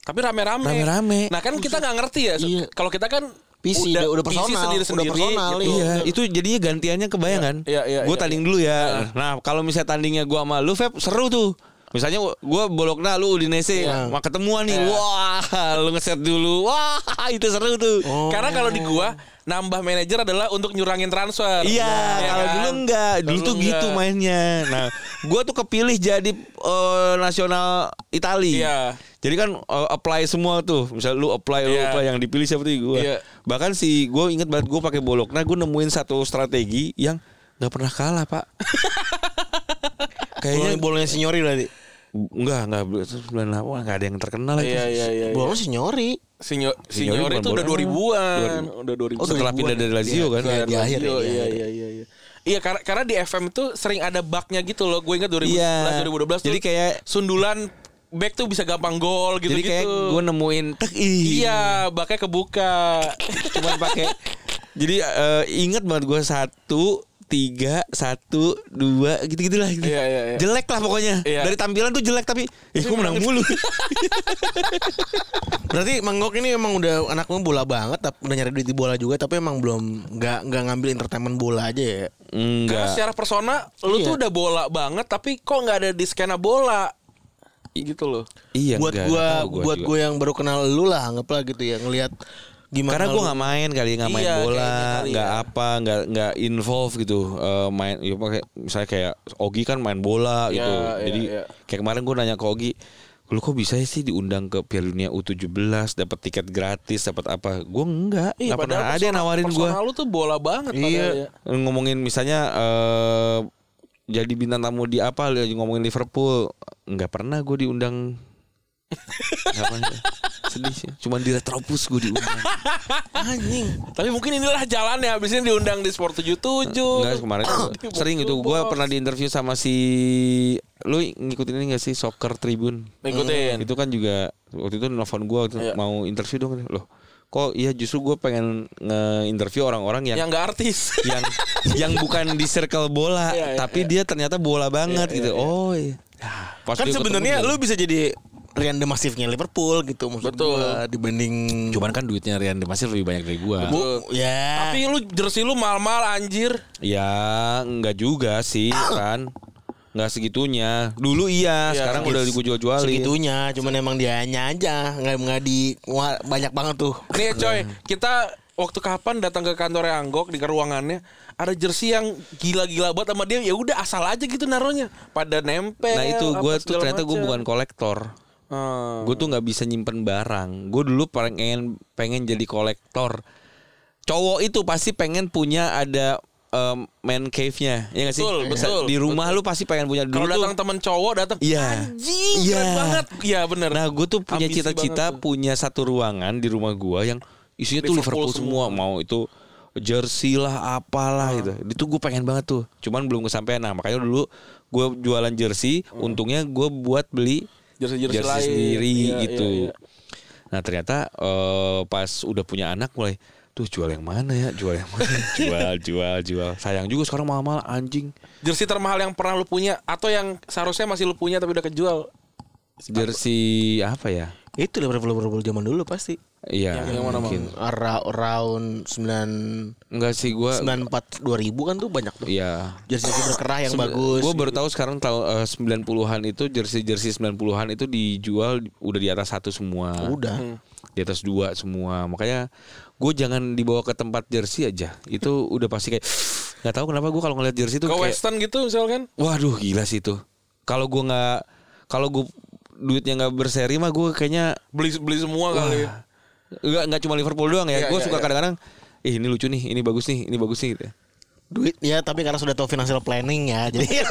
tapi rame-rame. Rame-rame. Nah kan kita nggak ngerti ya. Iya. Kalau kita kan PC, udah- udah personal, sendiri sendiri. udah personal, gitu. Iya, itu jadinya gantiannya kebayangan. Iya, iya, Gue iya, tanding dulu ya. Nah, kalau misalnya tandingnya gue sama lu, Feb, seru tuh. Misalnya gue Bologna, lu Udinese, Iya. mau ketemuan nih. Wah, lu ngeset dulu. Wah, itu seru tuh. Oh. Karena kalau di gua nambah manajer adalah untuk nyurangin Oh. transfer. Iya, Ya kalau kan? dulu enggak, dulu Dulu tuh gitu enggak. mainnya. Nah, gue tuh kepilih jadi eh, nasional Itali. Iya. Jadi kan eh, apply semua tuh. Misal lu apply, lu Iya. apply yang dipilih siapa tuh gue. Iya. Bahkan si gue inget banget gue pakai bolok. Nah, gue nemuin satu strategi yang nggak pernah kalah pak. Kayaknya Kayaknya bolanya sinyori tadi. enggak enggak sembilan delapan nggak ada yang terkenal itu. Iya iya iya. iya. Bolanya sinyori. Senior, Senior senior bukan itu udah bola. 2000-an. Udah 2000-an. Setelah pindah dari Lazio kan. Iya, Di akhir ya, Lazio, di iya, akhir. iya, iya, iya. Iya karena karena di FM itu sering ada bugnya gitu loh. Gue ingat 2011 2012 Iya. Jadi tuh kayak sundulan back tuh bisa gampang gol gitu jadi gitu. kayak gue nemuin tek ih, Iya, baknya kebuka. cuman pakai jadi eh, ingat banget gue satu tiga satu dua gitu gitulah gitu. Iya, iya, iya. jelek lah pokoknya Iya. dari tampilan tuh jelek tapi ih gue menang mulu Berarti Manggok ini emang udah anaknya bola banget, tapi udah nyari duit di bola juga, tapi emang belum nggak nggak ngambil entertainment bola aja ya. Karena enggak secara persona lu Iya. tuh udah bola banget tapi kok nggak ada di skena bola. Gitu loh. iya buat enggak, gua, nggak tahu buat juga. gua yang baru kenal lu lah, anggaplah gitu ya, ngelihat gimana. Karena gue lu- nggak main kali, nggak main Iya, bola, kayaknya kali nggak ya. apa, nggak nggak involve gitu Eh, main. Ya pakai misalnya kayak Ogi kan main bola Iya, gitu. iya, Jadi iya. kayak kemarin gue nanya ke Ogi, lu kok bisa sih diundang ke Piala Dunia U17, dapat tiket gratis, dapat apa? Gue enggak, nggak pernah Iya, padahal ada yang persona- nawarin gue. Persona lu tuh bola banget Iya, padahal ya. ngomongin misalnya eh jadi bintang tamu di apa? Ngomongin Liverpool, nggak pernah gue diundang. Nggak pernah. Sedih sih, cuman di Retropus gue diundang. anjing. Tapi mungkin inilah jalannya habis ini diundang di Sport 77. Enggak kemarin sering itu gue pernah di interview sama si lu ngikutin ini gak sih soccer tribun Ngikutin. itu kan juga waktu itu nelfon gue waktu itu Iya. mau interview dong loh kok iya justru gue pengen nge-interview orang-orang yang yang nggak artis. yang yang bukan di circle bola Iya, iya, tapi dia ternyata bola banget gitu oh iya Pas Kan dia ketemu sebenarnya dia- lu bisa jadi Rian de Masifnya Liverpool gitu maksud Betul. gua, dibanding cuman kan duitnya Rian Demasif lebih banyak dari gue Bu, ya. Tapi lu jersey lu mahal-mahal anjir. Ya enggak juga sih kan Enggak segitunya Dulu iya Iya, Sekarang udah gue jual-jualin segitunya cuman emang dianya aja nggak nggak di wah, banyak banget tuh Nih Iya. coy, kita waktu kapan datang ke kantornya Anggok di ruangannya ada jersey yang gila-gila banget sama dia ya udah asal aja gitu naruhnya pada nempel. Nah itu gue apa tuh segala ternyata gue macam. bukan kolektor. Hmm. Gue tuh nggak bisa nyimpen barang. Gue dulu pengen pengen jadi kolektor. Cowok itu pasti pengen punya ada em, man cave-nya, ya nggak sih? Betul, Bisa- betul, Di rumah lu pasti pengen punya dulu Kalau tuh. datang temen cowok datang Iya. anjing Iya. keren banget. Iya bener Nah, gue tuh punya Ambisi cita-cita banget tuh. punya satu ruangan di rumah gua yang isinya tuh Liverpool Liverpool, semua. mau itu jersey lah apalah Ah. gitu. Itu gue pengen banget tuh. Cuman belum kesampaian. Nah, makanya dulu gue jualan jersey, untungnya gue buat beli Ah. Jersey-jersey jersey lain. sendiri Iya, gitu. iya, iya. Nah, ternyata eh, pas udah punya anak mulai tuh jual yang mana ya? Jual yang mana? jual, jual, jual. Sayang juga sekarang mahal-mahal anjing. jersey termahal yang pernah lu punya atau yang seharusnya masih lu punya tapi udah kejual. Jersey apa ya? itu Liverpool Liverpool zaman dulu pasti Iya, Yang- yang mana, Bang? mungkin. Ara round sembilan Enggak sih gua sembilan empat dua ribu kan tuh banyak tuh Eh, Iya. jersey jersey berkerah yang bagus gitu. Gue baru tahu sekarang tahun eh, 90-an itu jersey-jersey 90-an itu dijual di- udah di atas satu semua. udah Di atas dua semua. Makanya gue jangan dibawa ke tempat jersey aja. Itu udah pasti kayak nggak tahu kenapa gue kalau ngeliat jersey itu Ke kayak Western gitu misalkan. waduh gila sih itu. Kalau gue nggak kalau gue duitnya nggak berseri mah gue kayaknya Beli beli semua kali. nggak nggak cuma Liverpool doang ya. Iya, gue iya, suka iya. kadang-kadang Ih ini lucu nih, ini bagus nih, ini bagus nih gitu. duit ya tapi karena sudah tahu financial planning ya jadi Iya.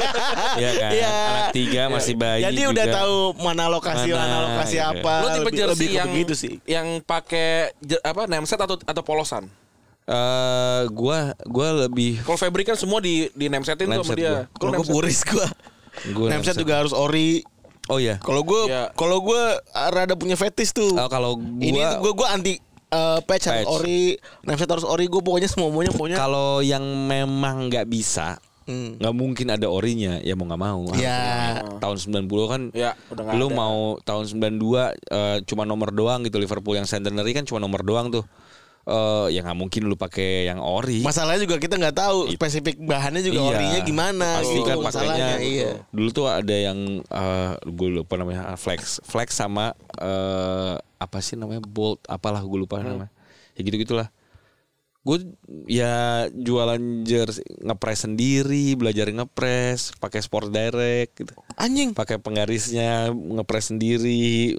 Iya kan? Anak tiga, masih bayi jadi udah juga. tahu mana lokasi Mana, mana, lokasi gitu. apa Lu tipe lebih- jersey lebih ke yang begitu sih yang pakai je- apa nameset atau atau polosan. Eh, gua gua lebih Kalau Febri kan semua di di namesetin tuh sama Nameset dia. gua. kalau gue buris gue Gua Nameset nameset. juga harus ori Oh iya. Kalau gue, Ya. kalau gue rada punya fetish tuh. Oh, kalau ini gua- gue gue anti eh, patch, harus Patch. ori, nameset harus ori. Gue pokoknya Ya. semuanya pokoknya. Kalau yang memang nggak bisa Hmm. nggak mungkin ada orinya ya mau nggak mau Ya. tahun 90 kan Ya, udah nggak lu ada. mau tahun 92 eh, cuma nomor doang gitu Liverpool yang centenary kan cuma nomor doang tuh eh ya nggak mungkin lu pakai yang ori Masalahnya juga kita nggak tahu spesifik bahannya juga Iya. orinya gimana Pasti gitu kan masalahnya. makanya Iya. dulu tuh ada yang gue lupa namanya ah, flex flex sama eh, apa sih namanya bolt apalah gue lupa Hmm. namanya ya gitu gitulah gue ya jualan jersey ngepres sendiri belajar ngepres pakai sport direct gitu Anjing. pakai penggarisnya ngepres sendiri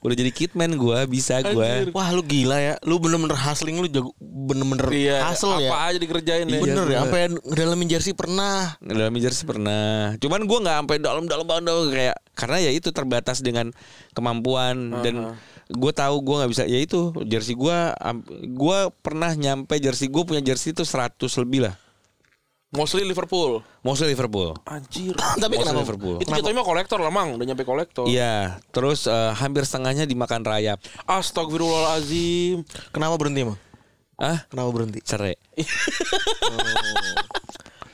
udah jadi kitman gue bisa gue Wah lu gila ya. Lu bener-bener hustling lu jago bener-bener Iya. hustle apa ya. aja dikerjain ya. Bener Iya, ya, sampai ngedalamin jersey pernah. dalam jersey pernah cuman gua nggak sampai dalam dalam banget dong, kayak karena ya itu terbatas dengan kemampuan dan gue tahu gua nggak bisa ya itu jersey gua am- gua pernah nyampe jersey gue punya jersey itu 100 lebih lah Mostly Liverpool. Mostly Liverpool. Anjir. Mostly Tapi kenapa? Liverpool. Itu jatuhnya mah kolektor lah, Mang. Udah nyampe kolektor. Iya, terus eh, hampir setengahnya dimakan rayap. Astagfirullahalazim. Kenapa berhenti emang? Ah, Kenapa berhenti? cerai.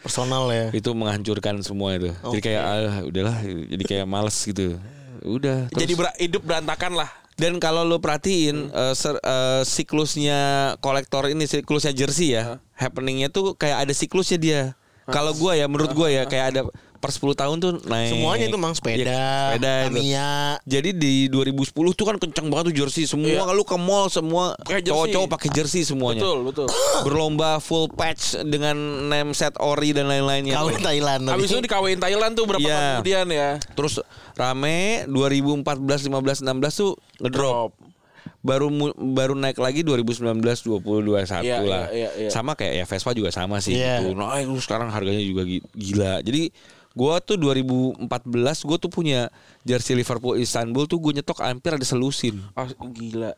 Personal ya. Itu menghancurkan semua itu. Jadi kayak ah, udahlah, jadi kayak males gitu. Udah. terus- Jadi ber- hidup berantakan lah. Dan kalau lo Hmm. perhatiin eh, ser- eh, siklusnya kolektor ini siklusnya jersey ya, happeningnya tuh kayak ada siklusnya dia. Kalau gua ya, menurut gua ya kayak ada per 10 tahun tuh naik. Semuanya itu mang sepeda, Iya, sepeda itu. Tamiya. Jadi di 2010 tuh kan kencang banget tuh jersey semua. Iya. Kalau ke mall semua Pakai jersey. cowok-cowok pakai jersey semuanya. Betul, betul. Berlomba full patch dengan name set ori dan lain-lainnya. Kawin Thailand. Abis itu dikawin Thailand tuh berapa Iya. tahun kemudian ya. Terus rame 2014, 15, 16 tuh ngedrop. Baru mu- baru naik lagi 2019, 2021 Iya, lah. iya, iya, iya. Sama kayak ya Vespa juga sama sih Iya. gitu. Nah, itu sekarang harganya juga gi- gila. Jadi gua tuh 2014 gua tuh punya jersey Liverpool Istanbul tuh gue nyetok hampir ada selusin. Ah, gila.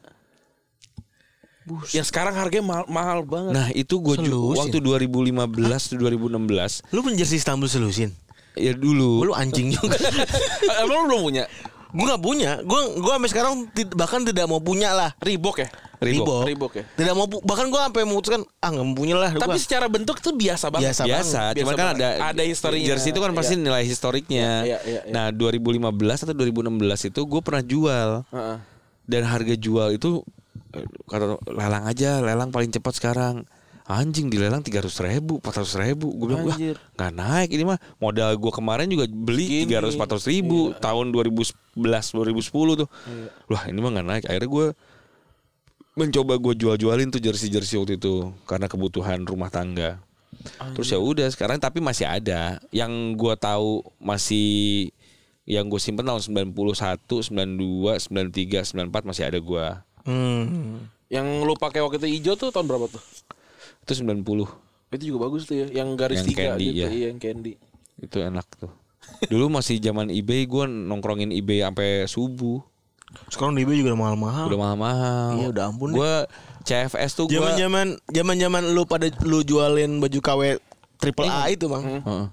Yang sekarang harganya mahal, mahal banget. Nah, itu gue Selusin? waktu 2015 2016 Lu punya jersey Istanbul selusin. ya dulu. Lu anjing Eh, juga. Emang lu belum punya? gue nggak punya. Gue gue sampai sekarang tid- bahkan tidak mau punya lah. Reebok ya? Reebok. Reebok ya? Tidak mau pu- bahkan gue sampai memutuskan ah nggak mau punya lah. Tapi Gua- secara bentuk tuh biasa banget. Biasa biasa, banget. cuman Biasa kan ada banget. Ada historinya. Jersey itu kan pasti nilai historiknya. Iya, iya, iya. Nah, 2015 atau 2016 itu gue pernah jual. Heeh. Dan harga jual itu eh, kata lelang aja, lelang paling cepat sekarang. Anjing dilelang 300 ribu, 400 ribu Gue bilang, wah Anjir. gak naik ini mah Modal gue kemarin juga beli Gini. 300-400 ribu Iya. Tahun 2011-2010 tuh Wah ini mah gak naik Akhirnya gue mencoba gue jual-jualin tuh jersey-jersey waktu itu karena kebutuhan rumah tangga. Terus ya udah sekarang tapi masih ada yang gua tahu masih yang gue simpen tahun 91, 92, 93, 94 masih ada gua. Hmm. Yang lu pakai waktu itu hijau tuh tahun berapa tuh? Itu 90. Itu juga bagus tuh ya, yang garis Yang tiga candy, gitu, ya. iya yang candy. Itu enak tuh. Dulu masih zaman eBay gua nongkrongin eBay sampai subuh. Sekarang di eBay juga udah mahal-mahal. Udah mahal-mahal. Ah. Iya, udah ampun deh. Gua CFS tuh gua Zaman-zaman zaman-zaman lu pada lu jualin baju KW triple A itu, Mang. Heeh.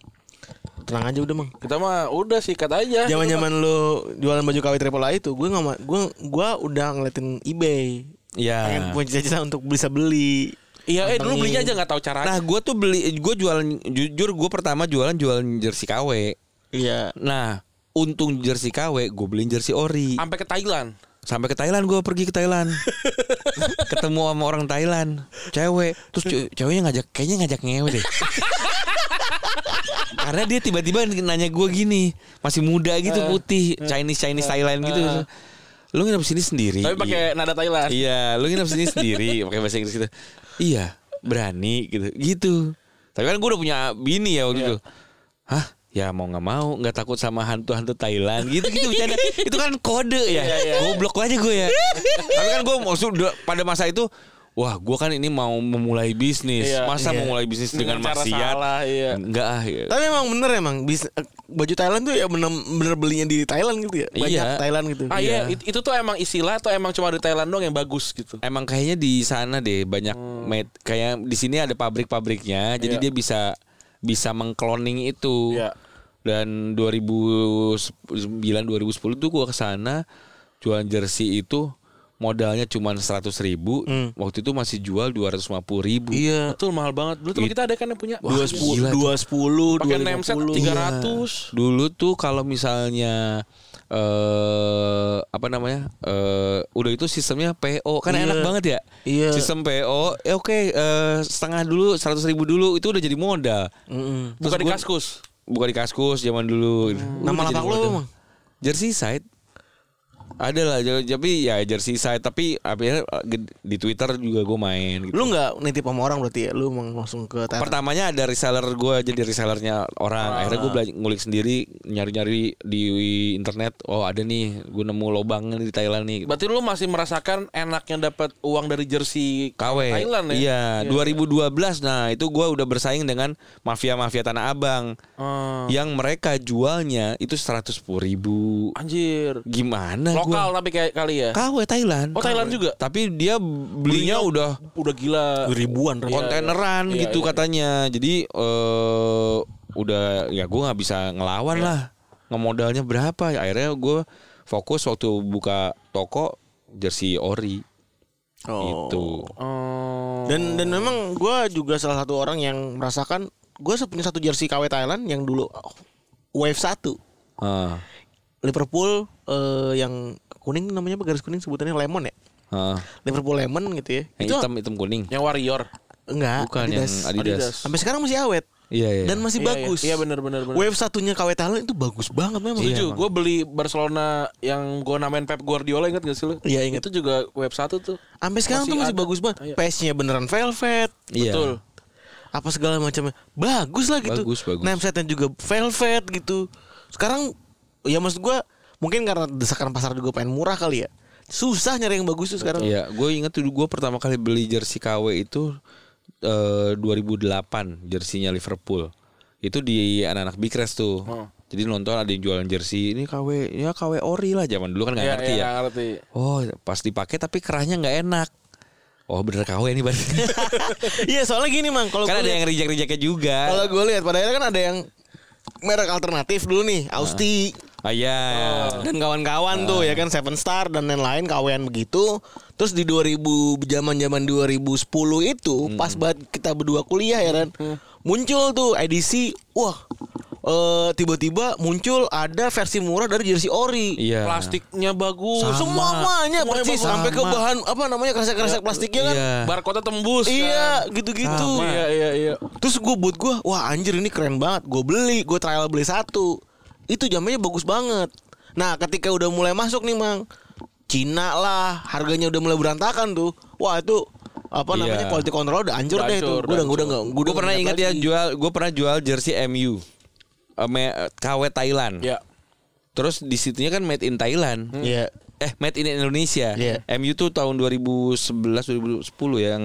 Tenang aja udah, Mang. Kita mah udah sikat aja. Zaman-zaman lu jualan baju KW triple A itu, gue nggak ma- gue gua udah ngeliatin eBay. Iya. Pengen punya cita-cita untuk bisa beli. Iya, eh dulu belinya aja nggak tahu caranya. Nah, gue tuh beli, gue jualan jujur, gue pertama jualan jualan jersey KW. Iya. Nah, untung jersey KW, gue beliin jersey ori. sampai ke Thailand. Sampai ke Thailand, gue pergi ke Thailand, ketemu sama orang Thailand, cewek. Terus ce- ceweknya ngajak, kayaknya ngajak ngewe deh. Karena dia tiba-tiba nanya gue gini, masih muda Eh. gitu, putih, Chinese Chinese Thailand gitu. Lu nginep sini sendiri? Tapi pakai nada Thailand. Iya, lu nginep sini sendiri pakai bahasa Inggris gitu. Iya, berani gitu. Gitu. Tapi kan gue udah punya bini ya Iya. waktu itu. Hah? Ya mau nggak mau nggak takut sama hantu-hantu Thailand gitu gitu bercanda. Itu kan kode ya. Iya, Goblok aja gue ya. Tapi kan gue maksud udah- pada masa itu Wah, gue kan ini mau memulai bisnis. Iya. Masa Iya. memulai bisnis dengan, Dengan cara maksiat? salah, iya. Enggak ah. ya. Tapi emang bener emang bis, eh, baju Thailand tuh ya bener, bener belinya di Thailand gitu ya. Banyak Iya. Thailand gitu. Ah iya, it- itu tuh emang istilah atau emang cuma di Thailand doang yang bagus gitu. Hmm. Emang kayaknya di sana deh banyak med- kayak di sini ada pabrik-pabriknya, jadi Iya. dia bisa bisa mengkloning itu. Iya. Dan 2009 2010 tuh gua ke sana jualan jersey itu modalnya cuma 100 ribu Hmm. waktu itu masih jual 250 ribu Iya. Betul mahal banget. Dulu teman kita ada kan yang punya. Wah, Dua gila sepuluh, tuh. dua sepuluh, Pakai dua name set lima 300. Iya. dulu tuh kalau misalnya eh apa namanya eh udah itu sistemnya PO kan Iya. enak banget ya Iya. sistem PO eh oke eh, setengah dulu 100 ribu dulu itu udah jadi modal Bukan di gua- kaskus. bukan di kaskus zaman dulu Nama Udah jadi lapak lu, modal. Mang? Jersey Side ada lah j- tapi ya Jersey Side tapi akhirnya eh, ged- di Twitter juga gue main gitu. Lu nggak nitip sama orang berarti ya? Lu Kan? emang langsung ke Thailand. Ah. Pertamanya ada reseller gue jadi resellernya orang. Akhirnya gue ngulik sendiri nyari-nyari di internet oh ada nih gue nemu lobang di Thailand nih Berarti lu masih merasakan enaknya dapat uang dari jersey KW Thailand ya? iya 2012 nah itu gua udah bersaing dengan mafia-mafia Tanah Abang Hmm. yang mereka jualnya itu 110 ribu Anjir. gimana Lokal Iya, gua tapi kayak kali ya. KW Thailand Oh, Thailand juga? tapi dia belinya udah udah gila. ribuan Iya, kontaineran iya, gitu iya. katanya jadi eh udah ya gue nggak bisa ngelawan Iya. lah ngemodalnya berapa akhirnya gue fokus waktu buka toko jersey ori gitu. itu Oh. Dan dan memang gue juga salah satu orang yang merasakan gue punya satu jersey KW Thailand yang dulu wave 1 ah Liverpool eh, yang kuning namanya apa garis kuning sebutannya lemon ya ah. Liverpool lemon gitu ya yang itu hitam hitam kuning yang warrior. enggak bukan Adidas. yang Adidas, Adidas. sampai sekarang masih awet iya iya dan masih Iya, iya. bagus Iya, bener, bener, Iya, bener. wave satunya KW Thailand itu bagus banget memang Setuju, gue beli Barcelona yang gue namain Pep Guardiola inget gak sih lu? Iya, inget. Itu juga web satu tuh. sampai sekarang Masih tuh masih ada. bagus banget Iya. patchnya beneran velvet Iya. Betul. apa segala macamnya bagus lah gitu Bagus, bagus. namesetnya juga velvet gitu sekarang ya maksud gua mungkin karena desakan pasar juga pengen murah kali ya susah nyari yang bagus tuh sekarang Iya, gue ingat dulu gue pertama kali beli jersey KW itu eh, 2008 jersinya Liverpool. Itu di anak-anak Big Rest tuh. Oh. Jadi nonton ada yang jualan jersey ini KW ya KW ori lah zaman dulu kan nggak Iya, ngerti iya, ya. nggak ngerti. Oh pas dipakai tapi kerahnya nggak enak. Oh bener KW ini berarti. iya soalnya gini mang kalau kan gua ada yang lihat- reject-rejectnya juga. kalau gue lihat pada akhirnya kan ada yang merek alternatif dulu nih Austi Ah iya. dan kawan-kawan tuh ya kan Seven Star dan lain-lain kawean begitu terus di 2000 zaman-zaman 2010 itu Hmm. pas banget kita berdua kuliah ya kan muncul tuh edisi wah eh, tiba-tiba muncul ada versi murah dari jersey ori Iya. Plastiknya bagus. Sama. semuanya Semuanya persis bagus. sampai ke Sama. bahan apa namanya kresek-kresek plastiknya kan Iya. Barcode tembus. kan. iya gitu-gitu Iya, iya, iya. Terus gue buat gue, wah anjir ini keren banget. Gue beli, gue trial beli satu. Itu jamnya bagus banget. Nah ketika udah mulai masuk nih mang, Cina lah harganya udah mulai berantakan tuh. Wah itu apa Iya. namanya quality control udah hancur Udah deh itu. hancur, Gue udah udah udah nggak, gue Gue pernah ingat ya jual gue pernah jual jersey MU. Eh, me- KW Thailand. Iya. Terus di situnya kan made in Thailand. Iya. Eh Made in Indonesia. Iya. MU tuh tahun 2011 2010 yang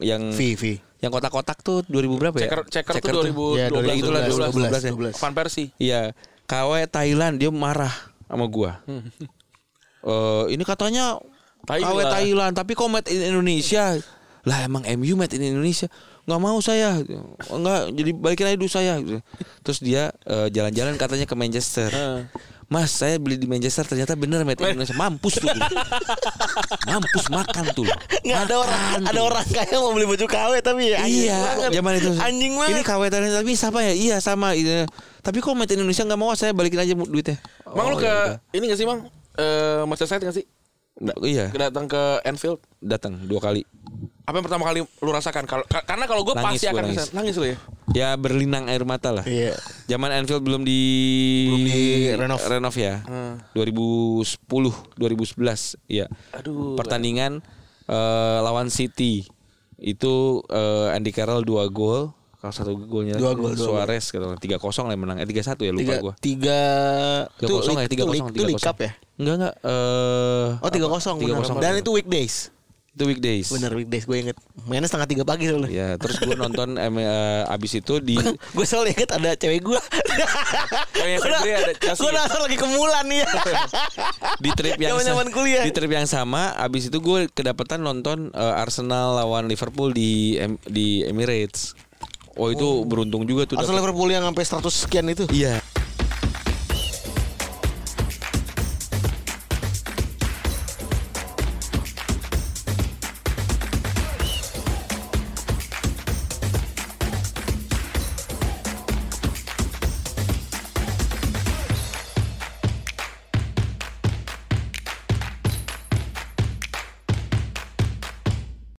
yang Vivi. yang kotak-kotak tuh 2000 berapa ya? Ceker, ceker, tuh 2012. Iya, Ya, gitulah 2012 2012, ya. 2012. Van Persie. Iya. KW Thailand dia marah sama gua. Eh, ini katanya Thailand. KW Thailand tapi kok Made in Indonesia? Lah emang MU Made in Indonesia? nggak mau saya. nggak jadi balikin aja dulu saya. Terus dia eh, jalan-jalan katanya ke Manchester. Mas, saya beli di Manchester ternyata bener Made in Indonesia. Mampus tuh. lu. Mampus makan tuh. lu. Nggak ada orang, Makan ada tuh. orang kaya mau beli baju KW tapi ya. anjing Iya, banget. zaman itu. Anjing banget. Ini kan- KW Thailand tapi sama ya? Iya, sama. Iya. Tapi kok Made in Indonesia nggak mau saya balikin aja duitnya. Mang Oh, lu ke ya ini gak sih, Mang? Eh, Manchester United gak sih? udah. Nggak, iya, Datang ke Anfield. datang dua kali. Apa yang pertama kali lu rasakan? Kalau ka- karena kalau gue Nangis pasti gua, akan nangis. nangis. nangis lu ya. Ya berlinang air mata lah. Iya. Zaman Anfield belum di Belum di renov. ya. Hmm. 2010, 2011, iya. Aduh. Pertandingan eh, lawan City. Itu eh, Andy Carroll 2 gol. Kalau satu golnya Dua gol, dua Suarez kalau 3-0 lah yang menang. Eh 3-1 ya lupa Tiga, gua. tiga, tiga itu kosong ya league- tiga itu kosong league- itu league cup ya. enggak enggak eh Oh tiga kosong, tiga benar. kosong Dan itu weekdays. itu weekdays Bener weekdays gue inget Mainnya setengah tiga pagi soalnya ya terus gue nonton em, eh, abis itu di Gue soalnya inget ada cewek gue Kayak Oh, iya, Febri ada Chelsea Gue ya? dasar lagi ke Mulan ya di trip yang sa- Zaman-zaman kuliah. di trip yang sama abis itu gue kedapatan nonton eh, Arsenal lawan Liverpool di Em- di Emirates oh itu beruntung juga tuh Asal dapet. Liverpool yang sampai 100 sekian itu iya